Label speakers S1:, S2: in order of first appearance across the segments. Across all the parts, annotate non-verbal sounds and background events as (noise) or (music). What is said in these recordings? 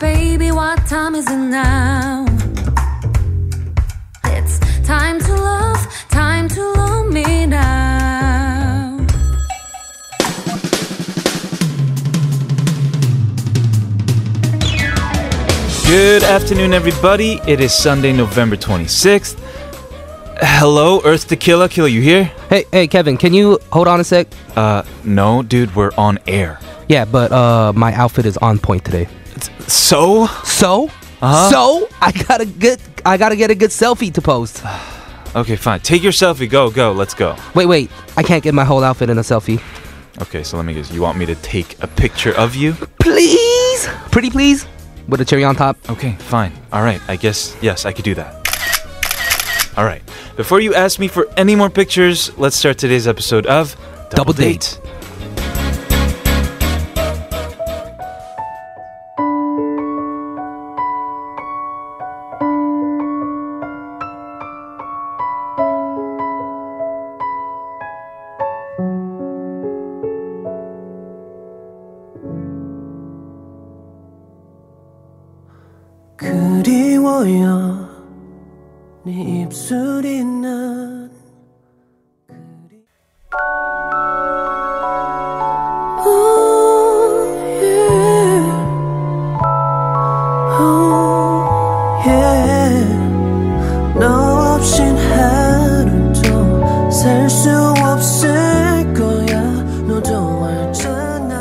S1: Baby, what time is it now? It's time to love, time to love me now.
S2: Good afternoon, everybody. It is Sunday, November 26th. Hello, Earth to Killa. Killa, you here?
S3: Hey, hey, Kevin, can you hold on a sec?
S2: Uh, no, dude, we're on air.
S3: Yeah, but uh, my outfit is on point today.
S2: So?
S3: So,
S2: Uh-huh.
S3: so I gotta get, I gotta get a good selfie to post.
S2: Okay, fine. Take your selfie. Go, go. Let's go.
S3: Wait, wait, I can't get my whole outfit in a selfie.
S2: Okay, so let me guess. You want me to take a picture of you?
S3: Please, pretty please, with a cherry on top.
S2: Okay, fine. All right, I guess, yes, I could do that. All right, before you ask me for any more pictures, let's start today's episode of
S3: Double Date.
S4: 그리워요 네 입술이 난 Oh, yeah. Oh, yeah. 너 없인 하루도 살 수 없을 거야 너도 알잖아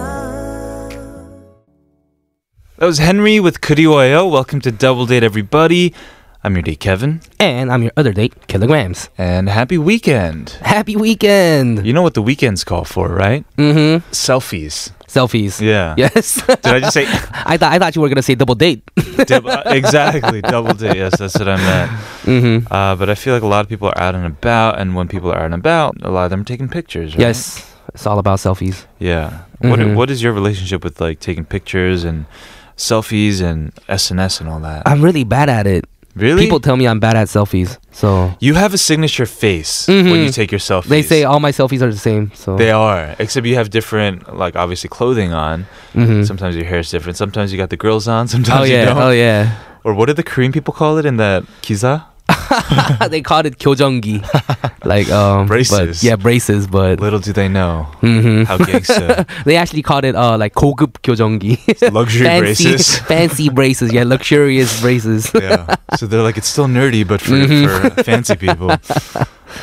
S2: That was Henry with Kuriwayo. Welcome to Double Date, everybody. I'm your date, Kevin,
S3: And I'm your other date, kilograms.
S2: and happy weekend.
S3: Happy weekend.
S2: You know what the weekends call for, right?
S3: Mm-hmm.
S2: Selfies.
S3: Selfies.
S2: Yeah.
S3: Yes.
S2: (laughs)
S3: (laughs)
S2: Did I just say
S3: I thought I thought you were gonna say double date.
S2: dib- uh, exactly double date? Yes, that's what I meant.
S3: Mm-hmm.
S2: Uh, but I feel like a lot of people are out and about, and when people are out and about, a lot of them are taking pictures. Right?
S3: Yes, it's all about selfies.
S2: Yeah. What
S3: Mhm.
S2: What is your relationship with like taking pictures and selfies and SNS and all that?
S3: I'm really bad at it.
S2: really?
S3: People tell me I'm bad at selfies, so
S2: you have a signature face when
S3: Mhm.
S2: you take your selfies.
S3: they say all my selfies are the same. So
S2: They are, except you have different, like obviously clothing on.
S3: Mhm.
S2: Sometimes your hair is different. Sometimes you got the girls on. (laughs)
S3: Oh
S2: Sometimes you
S3: yeah,
S2: don't. (laughs)
S3: oh yeah. (laughs)
S2: Or what do the Korean people call it in that kiza?
S3: they called it
S2: (laughs)
S3: kyojongi, like um, but-
S2: Braces.
S3: yeah, braces. But
S2: Little do they know
S3: Mhm.
S2: how gangsta
S3: they actually called it uh like 고급 (laughs) kyojongi,
S2: (laughs) luxury (laughs)
S3: fancy,
S2: braces.
S3: (laughs) fancy braces. Yeah, luxurious braces. (laughs)
S2: yeah. So they're like, it's still nerdy, but for, for fancy (laughs) people.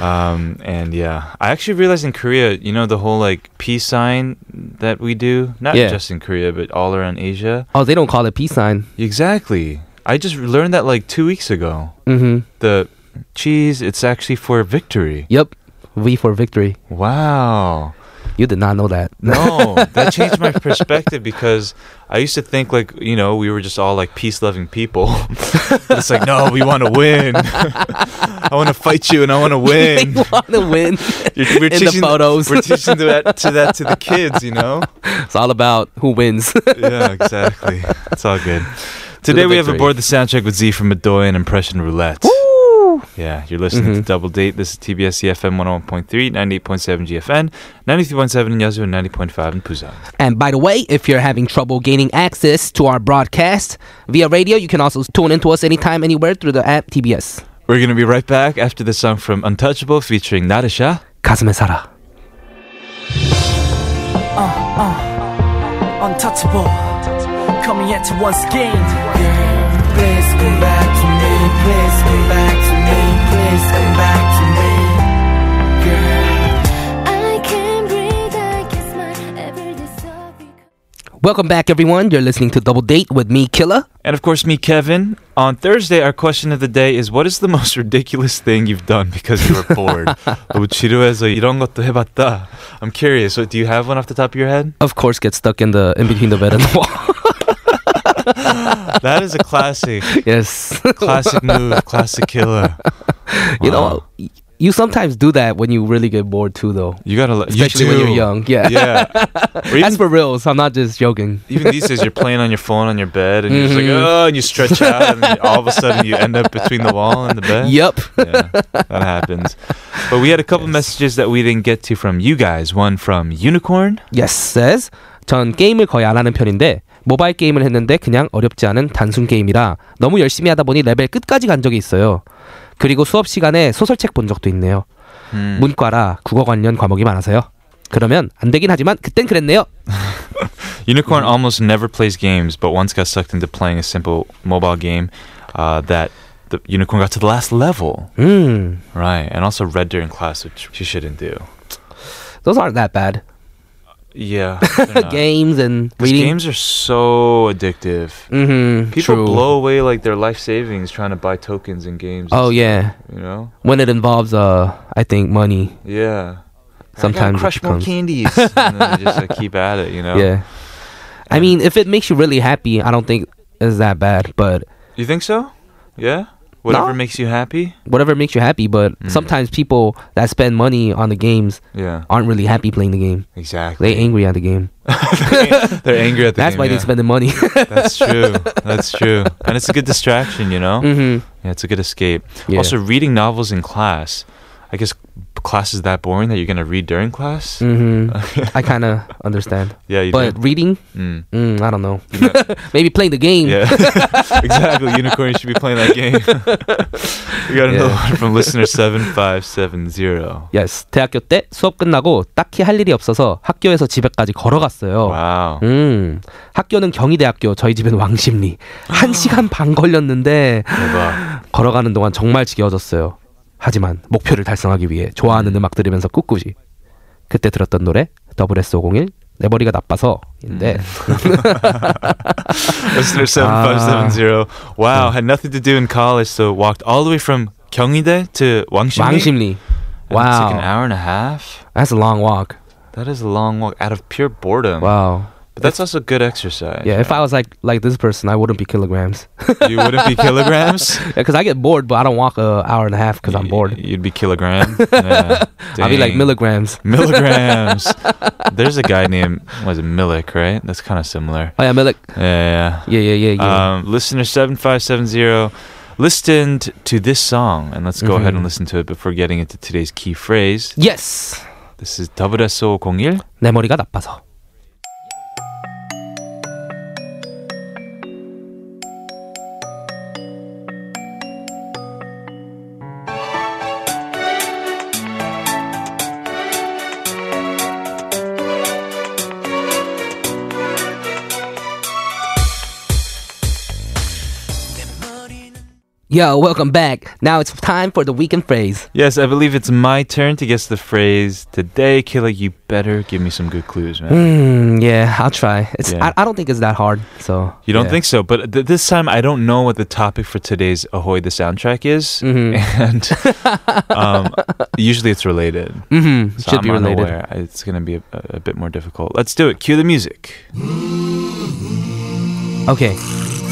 S2: Um, and yeah, I actually realized in Korea, you know, the whole like peace sign that we do, not
S3: Yeah.
S2: just in Korea, but all around Asia.
S3: Oh, they don't call it peace sign.
S2: Exactly. I just learned that like two weeks ago.
S3: Mm-hmm.
S2: The cheese, it's actually for victory.
S3: Yep, V for victory.
S2: Wow.
S3: You did not know that.
S2: No, that changed my perspective because I used to think like you know we were just all like peace loving people. (laughs) But it's like no, we want to win. (laughs) I want to fight you and I want to
S3: they
S2: (laughs) win.
S3: (laughs) want to win.
S2: (laughs) You're-
S3: In the photos.
S2: We're teaching to that to that to the kids, you know.
S3: it's all about who wins. (laughs)
S2: Yeah, exactly. It's all good. Today we have
S3: victory.
S2: aboard the soundtrack with Z from Adoy and Impression Roulette.
S3: Woo! Mm-hmm.
S2: Yeah, you're listening to Double Date. This is TBS EFM 101.3, 98.7 GFN, 93.7 in Yazoo, and 90.5 in Busan.
S3: And by the way, if you're having trouble gaining access to our broadcast via radio, you can also tune in to us anytime, anywhere through the app TBS.
S2: We're going to be right back after the song from Untouchable featuring Narisha.
S3: 가슴에 살아.
S4: untouchable. Coming at you once again. Please come back to me. Please come back to me. Please come back to me.
S1: I can breathe, I guess my every desire becomes-
S3: Welcome back, everyone. You're listening to Double Date with me, Killa.
S2: And of course, me, Kevin. On Thursday, our question of the day is what is the (laughs) most ridiculous thing you've done because you were
S3: (laughs)
S2: bored? 너무 지루해서 이런 것도 해봤다. I'm curious. So, do you have one off the top of your head?
S3: Of course, get stuck in the in between the bed and the wall.
S2: That is
S3: (laughs)
S2: a classic,
S3: (laughs) yes,
S2: classic move, classic killer.
S3: (laughs) you know, You sometimes do that when you really get bored too, though.
S2: You gotta let
S3: Especially
S2: you
S3: when
S2: do.
S3: you're young. Yeah.
S2: (laughs) Yeah. Or even,
S3: That's for reals. I'm not just
S2: (laughs)
S3: joking.
S2: even these days, you're playing on your phone on your bed, and you're just like,
S3: Mm-hmm.
S2: oh, and you stretch out, and then all of a sudden you end up between the wall and the bed.
S3: Yep.
S2: yeah, that happens. But we had a couple messages that we didn't get to from you guys. One from Unicorn.
S3: Yes says 전 게임을 거의 안 하는 편인데 모바일 게임을 했는데 그냥 어렵지 않은 단순 게임이라 너무 열심히 하다 보니 레벨 끝까지 간 적이 있어요. 그리고 수업 시간에 소설책 본 적도 있네요.
S2: 음.
S3: 문과라 국어 관련 과목이 많아서요. 그러면 안 되긴 하지만 그땐 그랬네요.
S2: Unicorn
S3: Mm-hmm.
S2: almost never plays games, but once got sucked into playing a simple mobile game uh, that the unicorn got to the last level.
S3: 음,
S2: Right, and also read during class, which she shouldn't do.
S3: those aren't that bad. (laughs)
S2: Yeah, they're not.
S3: Games
S2: 아.
S3: and
S2: 'Cause
S3: reading.
S2: games are so addictive.
S3: Mm-hmm,
S2: People
S3: true.
S2: blow away like their life savings trying to buy tokens in games. and
S3: Oh
S2: stuff,
S3: yeah,
S2: you know,
S3: when it involves uh, I think money.
S2: yeah. I gotta
S3: Sometimes it
S2: crush more
S3: becomes-
S2: candies. and then they just like, keep at it, you know.
S3: (laughs) Yeah, I mean if it makes you really happy, I don't think it's that bad. But
S2: You think so? Yeah. Whatever makes you happy.
S3: whatever makes you happy. But
S2: Mm.
S3: sometimes people that spend money on the games
S2: Yeah.
S3: aren't really happy playing the game.
S2: Exactly.
S3: Uh, They (laughs) angry at the game.
S2: (laughs) They're angry at the
S3: That's
S2: game,
S3: why
S2: yeah.
S3: they spend the money.
S2: That's true. That's true. And it's a good distraction, you know?
S3: mm-hmm.
S2: Yeah, it's a good escape.
S3: Yeah.
S2: Also, reading novels in class. I guess class is that boring that you're going to read during class?
S3: Mm-hmm. I kind of understand.
S2: (laughs) Yeah, you
S3: But
S2: do.
S3: reading,
S2: Mm.
S3: mm, I don't know.
S2: You're not-
S3: (laughs) Maybe playing the game. (laughs)
S2: Yeah, exactly. Unicorn you should be playing that game. (laughs) we got another
S3: Yeah.
S2: one from listener seven five seven zero.
S3: Yes. 대학교 때 수업 끝나고 딱히 할 일이 없어서 학교에서 집에까지 걸어갔어요.
S2: Wow.
S3: Mm. 음, 학교는 경희대학교, 저희 집은 왕십리.
S2: 아.
S3: 한 시간 반 걸렸는데
S2: 대박.
S3: 걸어가는 동안 정말 지겨워졌어요. 하지만 목표를 달성하기 위해 좋아하는 음악 들으면서 꿋꿋이 그때 들었던 노래 더블 S501 내 머리가 나빠서인데 (laughs)
S2: listener seven five seven zero.
S3: Ah.
S2: Wow, had nothing to do in college, so walked all the way from Gyeonggi-dae to Wangshimli.
S3: 왕십리.
S2: And It's like an
S3: Wow,
S2: hour and a half.
S3: that's a long walk.
S2: That is a long walk out of pure boredom.
S3: Wow.
S2: But that's also good exercise.
S3: Yeah, if I was like like this person, I wouldn't be kilograms. (laughs)
S2: you wouldn't be kilograms.
S3: Because I get bored, but I don't walk an hour and a half because I'm bored.
S2: You'd be
S3: (laughs)
S2: kilogram. Yeah.
S3: I'll be like
S2: Dang.
S3: milligrams. (laughs)
S2: milligrams. There's a guy named was it Millick, right? That's kind of similar.
S3: Oh yeah, millig.
S2: Yeah, yeah.
S3: Yeah, yeah, yeah, yeah.
S2: yeah. Um, listener seven five seven zero listened to this song, and let's go ahead and listen to it before getting into today's key phrase.
S3: yes.
S2: This is WSO 01.
S3: 내 머리가 나빠서. Yo, welcome back. Now it's time for the weekend phrase.
S2: Yes, I believe it's my turn to guess the phrase today, Killer. You better give me some good clues, man.
S3: Mm, yeah, I'll try. It's
S2: Yeah.
S3: I, I don't think it's that hard. So
S2: You don't
S3: yeah.
S2: think so, but th- this time I don't know what the topic for today's Ahoy the soundtrack is, (laughs) and um, usually it's related.
S3: Mm-hmm.
S2: So
S3: Should
S2: I'm
S3: be related.
S2: unaware. It's going to be a, a bit more difficult. Let's do it. Cue the music.
S3: Okay,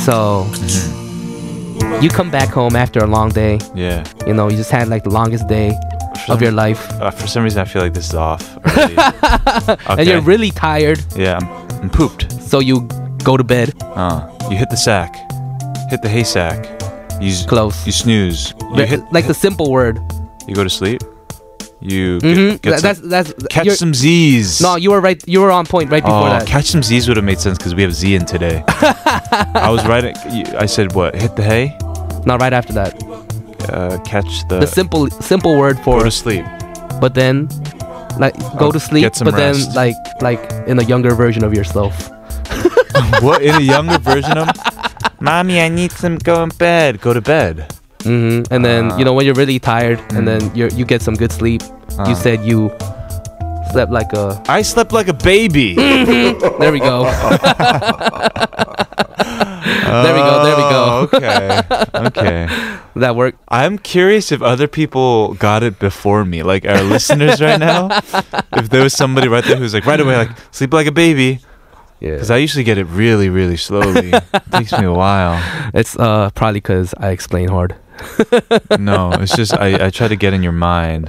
S3: so
S2: Mm-hmm.
S3: you come back home after a long day.
S2: Yeah.
S3: You know, you just had like the longest day of your life,
S2: Uh, for some reason, I feel like this is off.
S3: (laughs)
S2: Already.
S3: and you're
S2: Okay.
S3: really tired.
S2: Yeah, I'm, I'm pooped.
S3: So you go to bed.
S2: Uh, you hit the sack. Hit the hay sack. You s-
S3: Close.
S2: You snooze. You
S3: Ve-
S2: hit.
S3: like the simple word.
S2: You go to sleep. You get-
S3: Mm-hmm.
S2: get
S3: That, that's
S2: some-
S3: that's
S2: catch
S3: you're-
S2: some Z's.
S3: No, you were right. You were on point right before
S2: oh,
S3: that.
S2: catch some Z's would have made sense because we have Z in today. I was right. At, you- I said what? Hit the hay.
S3: Not right after that.
S2: Uh, catch the.
S3: The simple simple word
S2: go
S3: for
S2: to sleep.
S3: but then like go
S2: Oh,
S3: to sleep,
S2: get some
S3: but
S2: rest.
S3: then like like in a younger version of yourself.
S2: what in a younger version
S3: (laughs)
S2: of mommy i need some go in bed go to bed
S3: hmm And then you know when you're really tired, and then you you get some good sleep.
S2: Uh.
S3: You said you slept like a.
S2: i slept like a baby there
S3: There we go. there we go. There we go.
S2: Oh, okay
S3: (laughs)
S2: okay
S3: That worked.
S2: i'm curious if other people got it before me like our listeners right now if there was somebody right there who's like right away like sleep like a baby
S3: Yeah.
S2: because i usually get it really really slowly it takes me a while
S3: It's uh probably because I explain hard.
S2: no, it's just I, I try to get in your mind.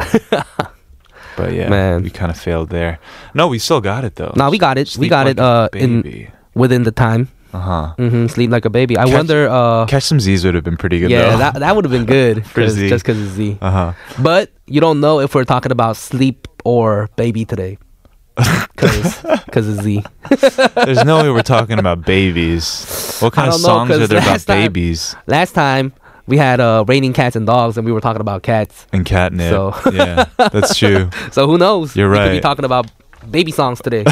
S2: But yeah,
S3: Man.
S2: we kind of failed there. No, we still got it though.
S3: Now we got it. We
S2: Sleep
S3: got
S2: like
S3: it.
S2: a
S3: Uh, in
S2: baby.
S3: within the time.
S2: uh-huh.
S3: hmm sleep like a baby. I
S2: Catch-
S3: wonder. Uh,
S2: Catch some Z's would have been pretty good
S3: yeah,
S2: though.
S3: that that would have been good.
S2: For
S3: 'cause-
S2: Z.
S3: Just because it's Z.
S2: uh-huh.
S3: But you don't know if we're talking about sleep or baby today. Because it's Z.
S2: There's no way we're talking about babies. What kind
S3: I
S2: of
S3: don't know,
S2: songs
S3: 'cause
S2: are there about
S3: last time-
S2: babies
S3: Last time we had uh, raining cats and dogs, and we were talking about cats.
S2: and catnip?
S3: So-
S2: yeah, that's
S3: (laughs)
S2: true.
S3: So who knows?
S2: You're
S3: We could be
S2: right.
S3: talking about baby songs today.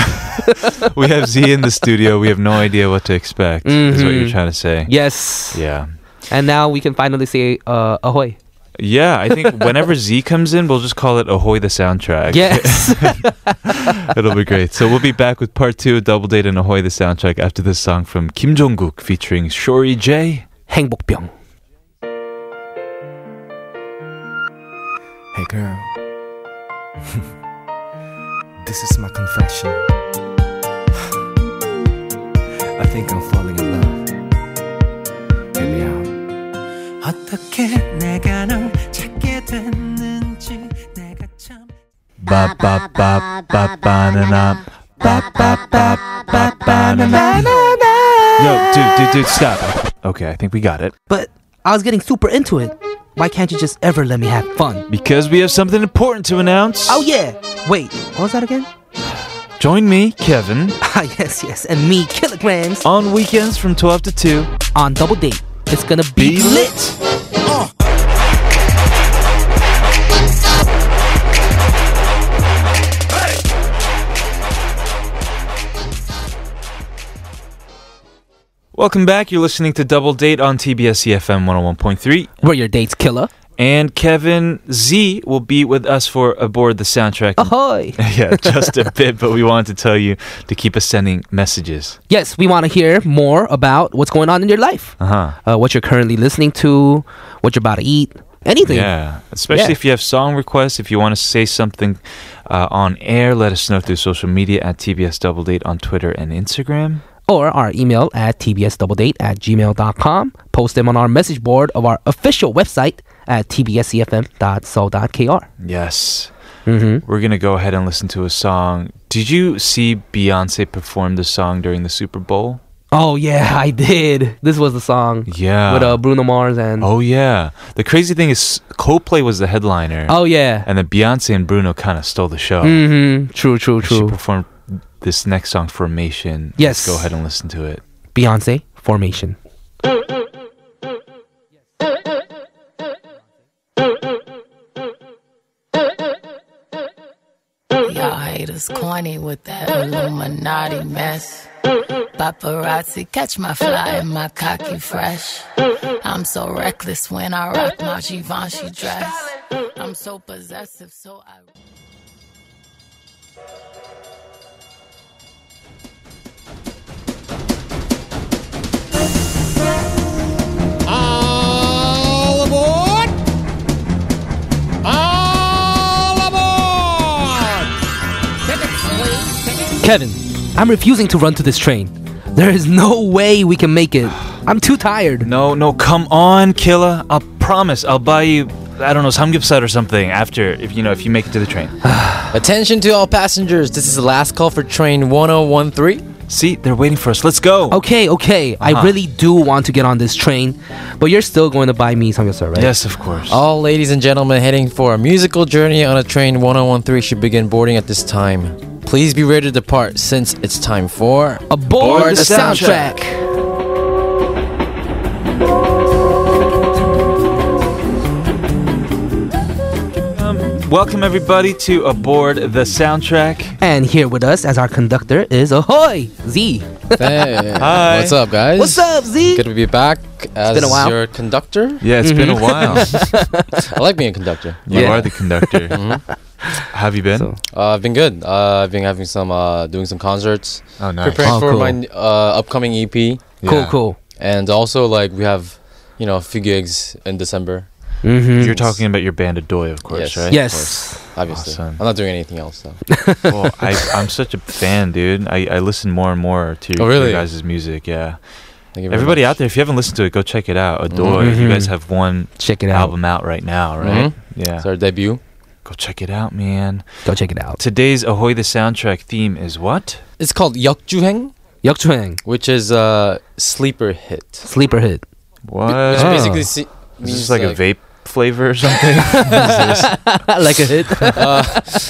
S2: We have Z in the studio. We have no idea what to expect. Is what you're
S3: Mhm.
S2: trying to say?
S3: yes.
S2: Yeah.
S3: And now we can finally say uh,
S2: (laughs)
S3: ahoy.
S2: Yeah, I think whenever Z comes in, we'll just call it Ahoy the soundtrack.
S3: Yes. (laughs)
S2: It'll be great. So we'll be back with part two of Double Date and Ahoy the soundtrack after this song from Kim Jong-guk featuring Shori J.
S3: 행복병.
S5: Hey girl, (laughs) this is my confession. (sighs) I think I'm falling in love. Hear me out.
S4: 어떻게 내가 널 찾게 됐는지 내가 참
S2: Ba ba ba ba banana. Ba ba ba ba banana. Yo, dude, dude, dude, stop. Okay, I think we got it.
S3: But I was getting super into it. Why can't you just ever let me have fun?
S2: Because we have something important to announce.
S3: Oh yeah. Wait, what was that again? (laughs)
S2: Join me, Kevin,
S3: Ah yes, yes. And me, kilograms.
S2: on weekends from 12 to 2.
S3: on Double Date. It's gonna be, lit.
S2: Welcome back. You're listening to Double Date on TBS EFM 101.3.
S3: We're your dates killer.
S2: And Kevin Z will be with us for Aboard the Soundtrack. in
S3: Ahoy!
S2: (laughs) yeah, just a bit, but we wanted to tell you to keep us sending messages.
S3: yes, we want to hear more about what's going on in your life,
S2: Uh huh.
S3: uh, what you're currently listening to, what you're about to eat, anything.
S2: Yeah, especially
S3: Yeah.
S2: if you have song requests, if you want to say something uh, on air, let us know through social media at TBS Double Date on Twitter and Instagram.
S3: Or our email at tbsdoubledate at gmail.com. Post them on our message board of our official website at tbscfm.so.kr.
S2: Yes,
S3: Mm-hmm.
S2: we're gonna go ahead and listen to a song. Did you see Beyonce perform this song during the Super Bowl?
S3: Oh, yeah, (laughs) I did. This was the song
S2: Yeah.
S3: with uh, Bruno Mars and.
S2: oh yeah. The crazy thing is, Coldplay was the headliner,
S3: Oh, yeah.
S2: and then Beyonce and Bruno kind of stole the show.
S3: Mm-hmm. True, true,
S2: She
S3: true.
S2: performed this next song, Formation. Let's
S3: Yes.
S2: go ahead and listen to it.
S3: Beyonce, Formation.
S6: Y'all haters corny with that Illuminati mess. Paparazzi catch my fly and my cocky fresh. I'm so reckless when I rock my Givenchy dress. I'm so possessive, so I.
S7: All aboard! All aboard! Tickets, please. Tickets.
S3: Kevin, I'm refusing to run to this train. There is no way we can make it. I'm too tired.
S2: No, no, come on, Killa. I'll promise. I'll buy you, I don't know, samgyeopsal or something after, if you know, if you make it to the train.
S7: Attention to all passengers. This is the last call for train 1013.
S2: See, they're waiting for us. Let's go.
S3: Okay, okay.
S2: Uh-huh.
S3: I really do want to get on this train, but you're still going to buy me samgyeopsal, right?
S2: Yes, of course.
S7: All ladies and gentlemen heading for a musical journey on a train 1013 should begin boarding at this time. Please be ready to depart since it's time for
S3: Aboard
S7: Aboard
S3: the,
S7: the
S3: soundtrack.
S7: soundtrack.
S2: Welcome, everybody, to Aboard the Soundtrack.
S3: And here with us as our conductor is Ahoy Z.
S7: Hey,
S3: (laughs)
S2: Hi.
S7: What's up, guys?
S3: What's up, Z?
S7: Good to be back as
S3: been a while.
S7: your conductor.
S2: Yeah, it's been a while.
S3: (laughs)
S7: I like being a conductor.
S2: you
S3: Mm-hmm. Yeah. Mm-hmm.
S2: are the
S3: (laughs)
S2: conductor. Have you been?
S7: Uh, I've been good. Uh, I've been having some, uh, doing some concerts.
S2: oh, nice.
S7: preparing
S3: Oh,
S7: for
S3: cool.
S7: my uh, upcoming EP,
S3: Cool,
S2: Yeah.
S3: cool.
S7: and also like we have, you know, a few gigs in December.
S3: Mm-hmm.
S2: You're talking about your band Adoy, of course,
S7: Yes.
S2: right?
S3: Yes.
S7: Obviously,
S2: Awesome.
S7: I'm not doing anything else though.
S2: Well, I, I'm such a fan, dude. I, I listen more and more to
S7: Oh,
S2: your
S7: really?
S2: guys' music. Yeah,
S7: Thank you very
S2: Everybody
S7: much.
S2: out there, if you haven't listened to it, go check it out. Adore. You
S3: Mhm.
S2: guys have one
S3: Check it out.
S2: album out right now, right?
S7: Mhm.
S3: Mm-hmm.
S2: Yeah.
S7: It's our debut.
S2: Go check it out, man.
S3: Go check it out.
S2: Today's Ahoy the Soundtrack theme is what?
S7: It's called Yeokjuheng,
S3: 역주행
S7: which is a sleeper hit.
S3: sleeper hit. (laughs)
S2: What?
S7: Which
S3: Oh.
S7: basically se-
S2: Is
S7: means
S2: this like, a vape flavor or something? Is this-
S3: like a hit. (laughs)
S7: uh,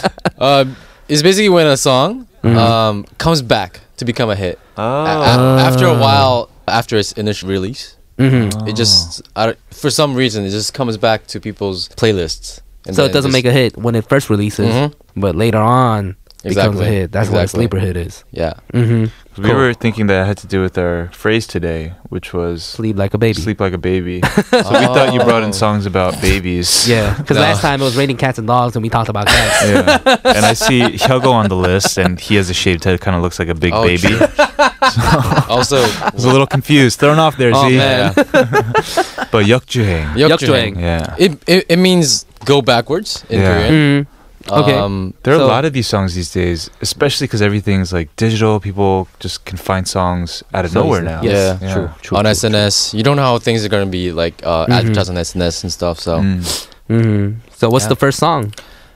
S7: (laughs) uh, it's basically when a song
S3: Mhm.
S7: um, comes back to become a hit. A-
S2: Mm-hmm. oh.
S7: a- after a while, after its initial release,
S3: hmm
S2: Mm-hmm.
S7: it just I don't- for some reason it just comes back to people's playlists.
S3: So it doesn't make a hit when it first releases,
S7: Mhm.
S3: but later on it becomes a
S7: Exactly.
S3: hit. That's what a
S7: Exactly.
S3: sleeper hit is.
S7: yeah.
S3: Mm-hmm.
S2: We were thinking that it had to do with our phrase today, which was
S3: Sleep like a baby.
S2: sleep like a baby. so we thought you brought in songs about babies.
S3: (laughs) Yeah, because
S7: (laughs) No.
S3: last time it was raining cats and dogs, and we talked about
S7: (laughs)
S3: cats.
S2: Yeah. And I see Hyogo on the list, and he has a shaved head, kind of looks like a big
S7: Oh,
S2: baby.
S7: true. (laughs) also,
S2: (laughs) I was a little confused, thrown off there,
S3: Oh,
S2: Z.
S3: man.
S2: (laughs) But Yeokjuheng.
S7: Yeokjuheng.
S2: Yeah.
S7: It, it it means go backwards in
S2: Yeah.
S7: Korean.
S3: Mm. Okay.
S7: Um,
S2: There are
S3: So-
S2: a lot of these songs these days, especially because everything's like digital. People just can find songs out of
S7: So
S2: nowhere
S7: easy.
S2: now.
S7: Yeah,
S2: Yeah.
S7: true. on SNS, you don't know how things are gonna be like
S3: Mm-hmm.
S7: uh, advertised on SNS and stuff. So,
S2: Mm.
S3: hmm So what's
S7: Yeah.
S3: the first song?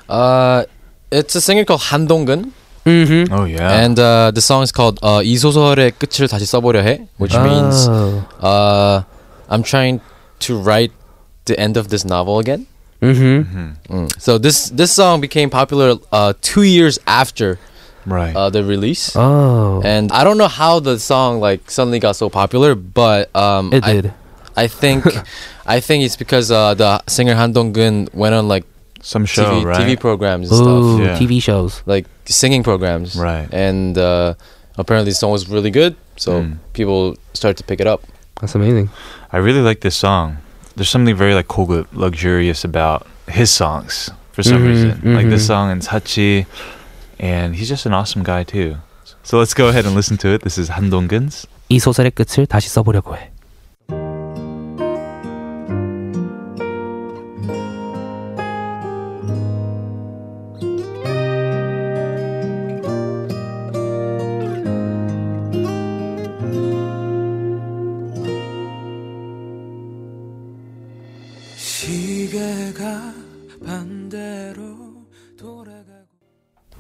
S7: uh, it's a singer called Han Donggun,
S3: Mm-hmm.
S2: Oh yeah.
S7: and uh, the song is called uh, "이 소설의 끝을 다시 써보려 해," which
S2: Oh.
S7: means
S3: Oh.
S7: uh, I'm trying to write the end of this novel again.
S3: Mm-hmm.
S7: Mm. So this this song became popular uh, two years after
S2: right.
S7: uh, the release.
S3: Oh,
S7: And I don't know how the song like suddenly got so popular, but um,
S3: it
S7: I,
S3: did.
S7: I
S2: (laughs)
S7: think, I think it's because uh, the singer Han Dong Gun went on like
S2: Some show,
S7: TV,
S2: right?
S7: TV programs
S3: Ooh,
S7: and stuff,
S2: Yeah.
S3: TV shows.
S7: like singing programs,
S2: Right.
S7: And uh, apparently, the song was really good, so
S2: Mm.
S7: people started to pick it up.
S3: That's amazing.
S2: I really like this song. There's something very like cool, luxurious about his songs for some
S7: Mm-hmm,
S3: Mhm,
S2: reason. Like
S3: mhm.
S2: this song and Hachi, and he's just an awesome guy too. So let's go ahead and listen to it. This is Han Donggun's.
S3: 이 소설의 끝을 다시 써보려고 해.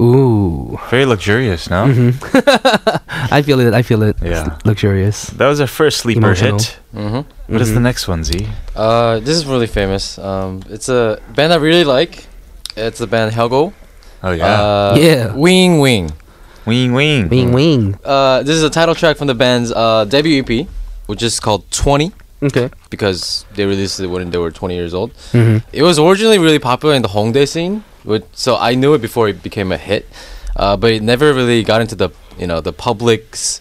S3: Ooh,
S2: Very luxurious, no?
S7: Mm-hmm.
S3: I feel it. I feel it.
S2: Yeah.
S3: It's luxurious.
S2: That was our first sleeper
S3: Emotional.
S2: hit.
S7: hmm
S2: What is the next one, Z?
S7: Uh, this is really famous. Um, it's a band I really like. It's the band Helgo.
S2: Oh yeah,
S7: Uh,
S3: Yeah.
S7: Wing Wing.
S2: wing wing.
S3: Wing wing.
S7: Uh, this is a title track from the band's uh, debut EP, which is called Twenty.
S3: Okay.
S7: because they released it when they were 20 years old.
S3: Mm-hmm.
S7: It was originally really popular in the Hongdae scene, which, so I knew it before it became a hit, uh, but it never really got into the you know the public's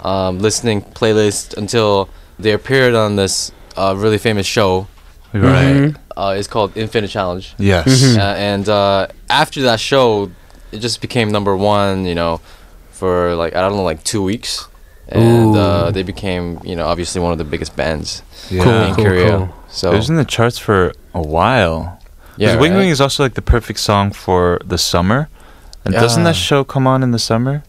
S7: um, listening playlist until they appeared on this uh, really famous show.
S2: Right.
S3: Mm-hmm.
S7: Uh, it's called Infinite Challenge,
S2: Yes.
S3: Hmm.
S7: uh, and uh, after that show, it just became number one. You know, for like I don't know, like two weeks. And uh,
S3: Ooh.
S7: they became, you know, obviously one of the biggest bands
S2: Yeah.
S7: in
S3: Cool,
S7: Korea.
S3: cool.
S7: So
S2: It was in the charts for a while.
S7: Yeah,
S2: Yeah, Wing
S7: right?
S2: Wing is also like the perfect song for the summer. And doesn't that
S7: Ah.
S2: show come on in the summer?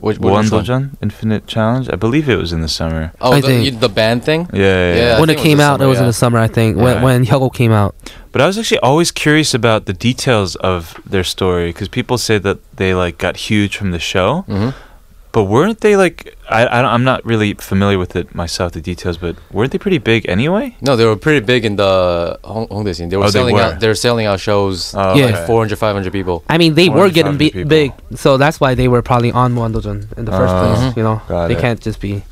S7: Which, which
S2: One
S7: one?
S2: Dojan Infinite Challenge. I believe it was in the summer.
S7: Oh,
S3: I
S7: the,
S3: think.
S7: you- the band thing.
S2: Yeah, yeah, yeah.
S7: Yeah. I
S3: when it
S7: think it was
S3: came
S7: this
S3: out,
S7: summer,
S3: it was in
S7: yeah.
S3: the summer, I think.
S2: Yeah.
S3: When when Hyogo came out.
S2: But I was actually always curious about the details of their story because people say that they like got huge from the show,
S7: Mhm.
S2: but weren't they like? I, I don't- I'm not really familiar with it myself, the details, but weren't they pretty big anyway?
S7: No, they were pretty big in the Hong- Hongdae scene. They were
S2: Oh, they
S7: selling
S2: were.
S7: out. They were selling out shows.
S2: Oh,
S3: Yeah.
S7: Like 400, 500 people.
S3: I mean, they were
S2: 400,000
S3: getting bi-
S2: people.
S3: big, so that's why they were probably on Mwandojun in the first
S2: Oh,
S3: place. You know,
S2: got
S3: they
S2: it.
S3: can't just be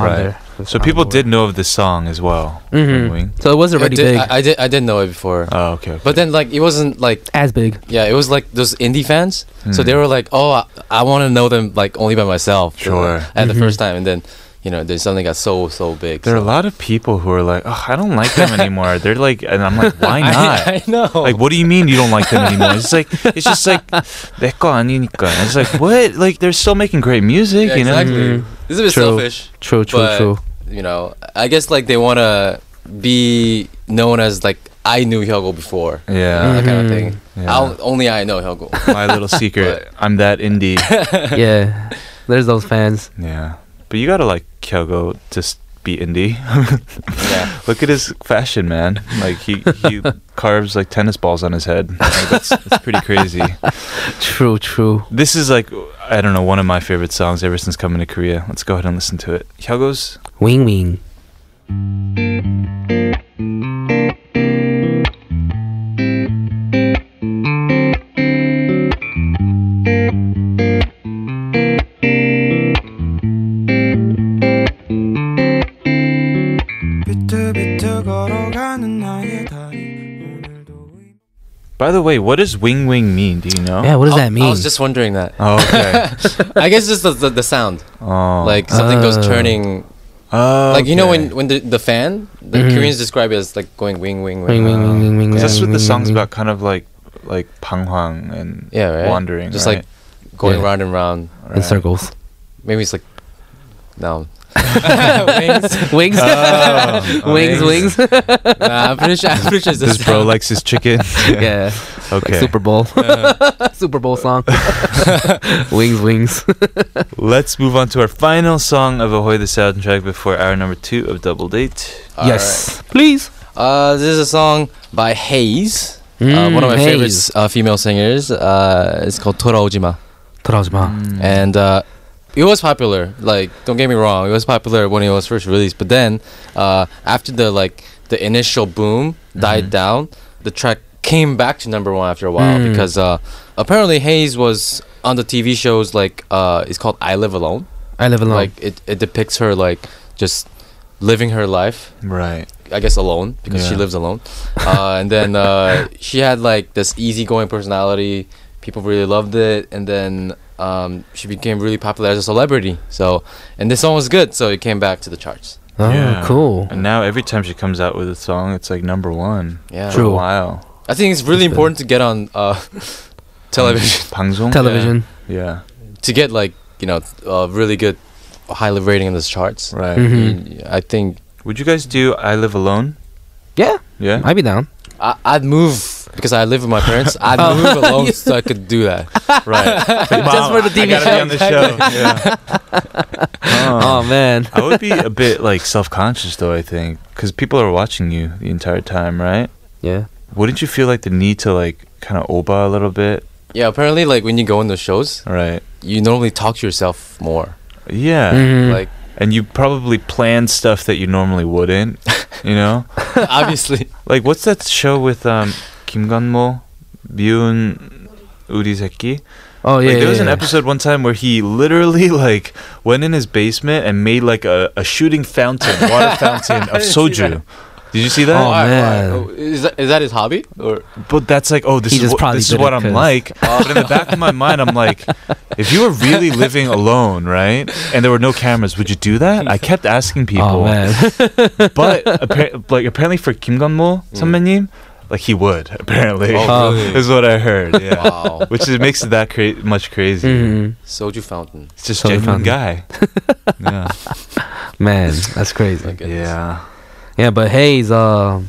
S3: on
S2: Right.
S3: there.
S2: So people did know of this song as well. Wing
S3: hmm
S2: Wing.
S3: So it was
S7: I
S3: already big,
S7: did, I, I did. I didn't know it before.
S2: Oh, okay. okay.
S7: but then, like, it wasn't like
S3: as big.
S7: yeah, it was like those indie fans. So
S2: Hmm.
S7: they were like, oh, I, I want to know them like only by myself. They were-
S2: Sure. Mm-hmm.
S7: At the first time, and then you know they suddenly got so so big.
S2: there are a
S7: so.
S2: lot of people who are like, oh, I don't like
S7: (laughs)
S2: them anymore. They're like, and I'm like, why not?
S7: I, I know.
S2: Like, what do you mean you don't like them anymore? It's like it's just
S7: (laughs)
S2: like 내 거 아니니까. And It's like what? Like they're still making great music,
S7: Yeah,
S2: you Mm-hmm. know?
S7: exactly. This is a bit
S3: True.
S7: selfish.
S3: True, true,
S7: But-
S3: (laughs) true.
S7: you know, I guess like they want to be known as like I knew Hyogo before.
S2: Yeah. Mm-hmm.
S7: That kind of thing.
S2: Yeah.
S7: I'll, only I know Hyogo.
S2: My
S7: (laughs)
S2: little secret. I'm that indie.
S3: yeah, there's those fans.
S2: yeah. But you gotta like Kyogo just be indie.
S7: Yeah.
S2: (laughs) Look at his fashion, man. Like he
S7: (laughs)
S2: he carves like tennis balls on his head. Like, that's, that's pretty crazy.
S3: True, true.
S2: This is like I don't know one of my favorite songs ever since coming to Korea. Let's go ahead and listen to it. Hyogo's
S3: Wing wing.
S4: 비틀비틀 걸어가는 나의 다리 오늘도 의-
S2: By the way, what does wing wing mean? Do you know?
S3: Yeah, what
S7: (laughs)
S3: does
S7: oh, I-
S3: that mean?
S7: I was just wondering that.
S2: Oh, okay.
S7: (laughs) I guess just the, the, the sound,
S2: Oh.
S7: like something
S3: Oh.
S7: goes turning.
S2: oh,
S7: Like you know
S2: okay.
S7: when when the, the fan, the
S3: Mhm.
S7: Koreans describe it as like going wing wing wing.
S3: wing wing wing wing wing.
S2: 'Cause that's what
S3: wing,
S2: the
S3: wing,
S2: song's
S3: wing.
S2: about, kind of like like panghwang and
S7: Yeah, right.
S2: wandering,
S7: Just
S2: right?
S7: like going
S3: Yeah.
S7: round and round.
S2: Right.
S3: In circles.
S7: Maybe it's like no. Wings.
S3: Wings.
S2: Oh, oh,
S3: (laughs) wings, wings.
S7: wings. Nah, I'm pretty sure. I'm pretty sure it's
S2: This
S7: the
S3: (laughs)
S2: bro
S7: sound.
S2: likes his chicken.
S3: yeah.
S2: (laughs)
S3: Like
S2: Okay.
S3: Super Bowl. (laughs) Super Bowl song. wings, wings.
S2: Let's move on to our final song of Ahoy the soundtrack before hour number two of Double Date.
S7: All
S3: yes. Please.
S7: Uh, this is a song by Hayes, uh, one of my favorite uh, female singers. Uh, it's called Toraojima,
S3: 돌아오지 마.
S7: and uh, it was popular. Like, don't get me wrong, it was popular when it was first released. But then, uh, after the like the initial boom died down, the track came back to number one after a while
S3: Mm-hmm. Mm.
S7: because uh, apparently Hayes was on the TV shows like uh, it's called I Live Alone.
S3: I live alone.
S7: Like it, it depicts her like just living her life
S2: Right.
S7: I guess alone because she
S2: Yeah.
S7: lives alone. Uh, and then uh, she had like this easygoing personality. People really loved it, and then um, she became really popular as a celebrity. So, and this song was good, so it came back to the charts.
S3: oh,
S2: Yeah.
S3: cool.
S2: And now every time she comes out with a song, it's like number one.
S7: Yeah,
S2: For a
S3: True.
S2: while.
S7: I think it's really
S3: It's been-
S7: important to get on uh, (laughs)
S2: (laughs)
S7: television
S2: Pangzong?
S3: Television.
S2: yeah.
S7: to get like you know a really good, highly rating in those charts. Mm.
S2: Right.
S3: Mhm.
S7: I think
S2: Would you guys do I Live Alone?
S3: Yeah.
S2: Yeah.
S3: I'd be down.
S7: I, I'd move because I live with
S2: (laughs)
S7: my parents. I'd move alone so I could do that.
S2: right.
S3: Just for the
S2: I
S3: TV
S2: gotta be on the show. Yeah. Oh.
S3: Oh, man.
S2: (laughs) I would be a bit like self-conscious though. I think because people are watching you the entire time, right?
S3: (laughs) Yeah.
S2: Wouldn't you feel like the need to like kind of oba a little bit?
S7: Yeah, apparently, like when you go in those shows,
S2: Right.
S7: you normally talk to yourself more.
S2: Yeah.
S3: Mhm. (laughs)
S7: Like
S2: And you probably plan stuff that you normally wouldn't. You know,
S3: Oh,
S7: obviously,
S2: like what's that show with um, Kim Ganmo, Byun, Uri Seki?
S3: oh, yeah.
S2: like, there was an
S3: yeah, yeah.
S2: episode one time where he literally (laughs) like went in his basement and made like a, a shooting fountain,
S3: (laughs)
S2: water fountain of soju. Did you see that?
S3: (laughs) Oh, man.
S7: Oh, is that is that his hobby or
S2: But that's like, oh, this
S3: He
S2: is
S3: just
S2: what,
S3: probably
S2: this is
S3: did
S2: what
S3: it
S2: I'm like.
S3: 'cause- (laughs)
S2: But in the back of my mind, I'm like, if you were really living alone, right, and there were no cameras, would you do that?
S3: (laughs)
S2: I kept asking people,
S3: Oh, (laughs) man.
S2: (laughs) but appar- like apparently for Kim Gunmo
S3: Mm.
S2: 선배님, like he would (laughs) apparently.
S7: Oh, really?
S2: is what I
S3: (laughs)
S2: heard. Yeah.
S7: wow
S2: Which is, makes it that cra- much crazier.
S3: Mhm.
S7: soju fountain?
S2: It's just
S3: Totally
S2: genuine
S3: found
S2: guy. (laughs) yeah.
S3: Man, that's crazy.
S7: Like, it's-
S2: Yeah.
S3: Yeah, but Hayes uh,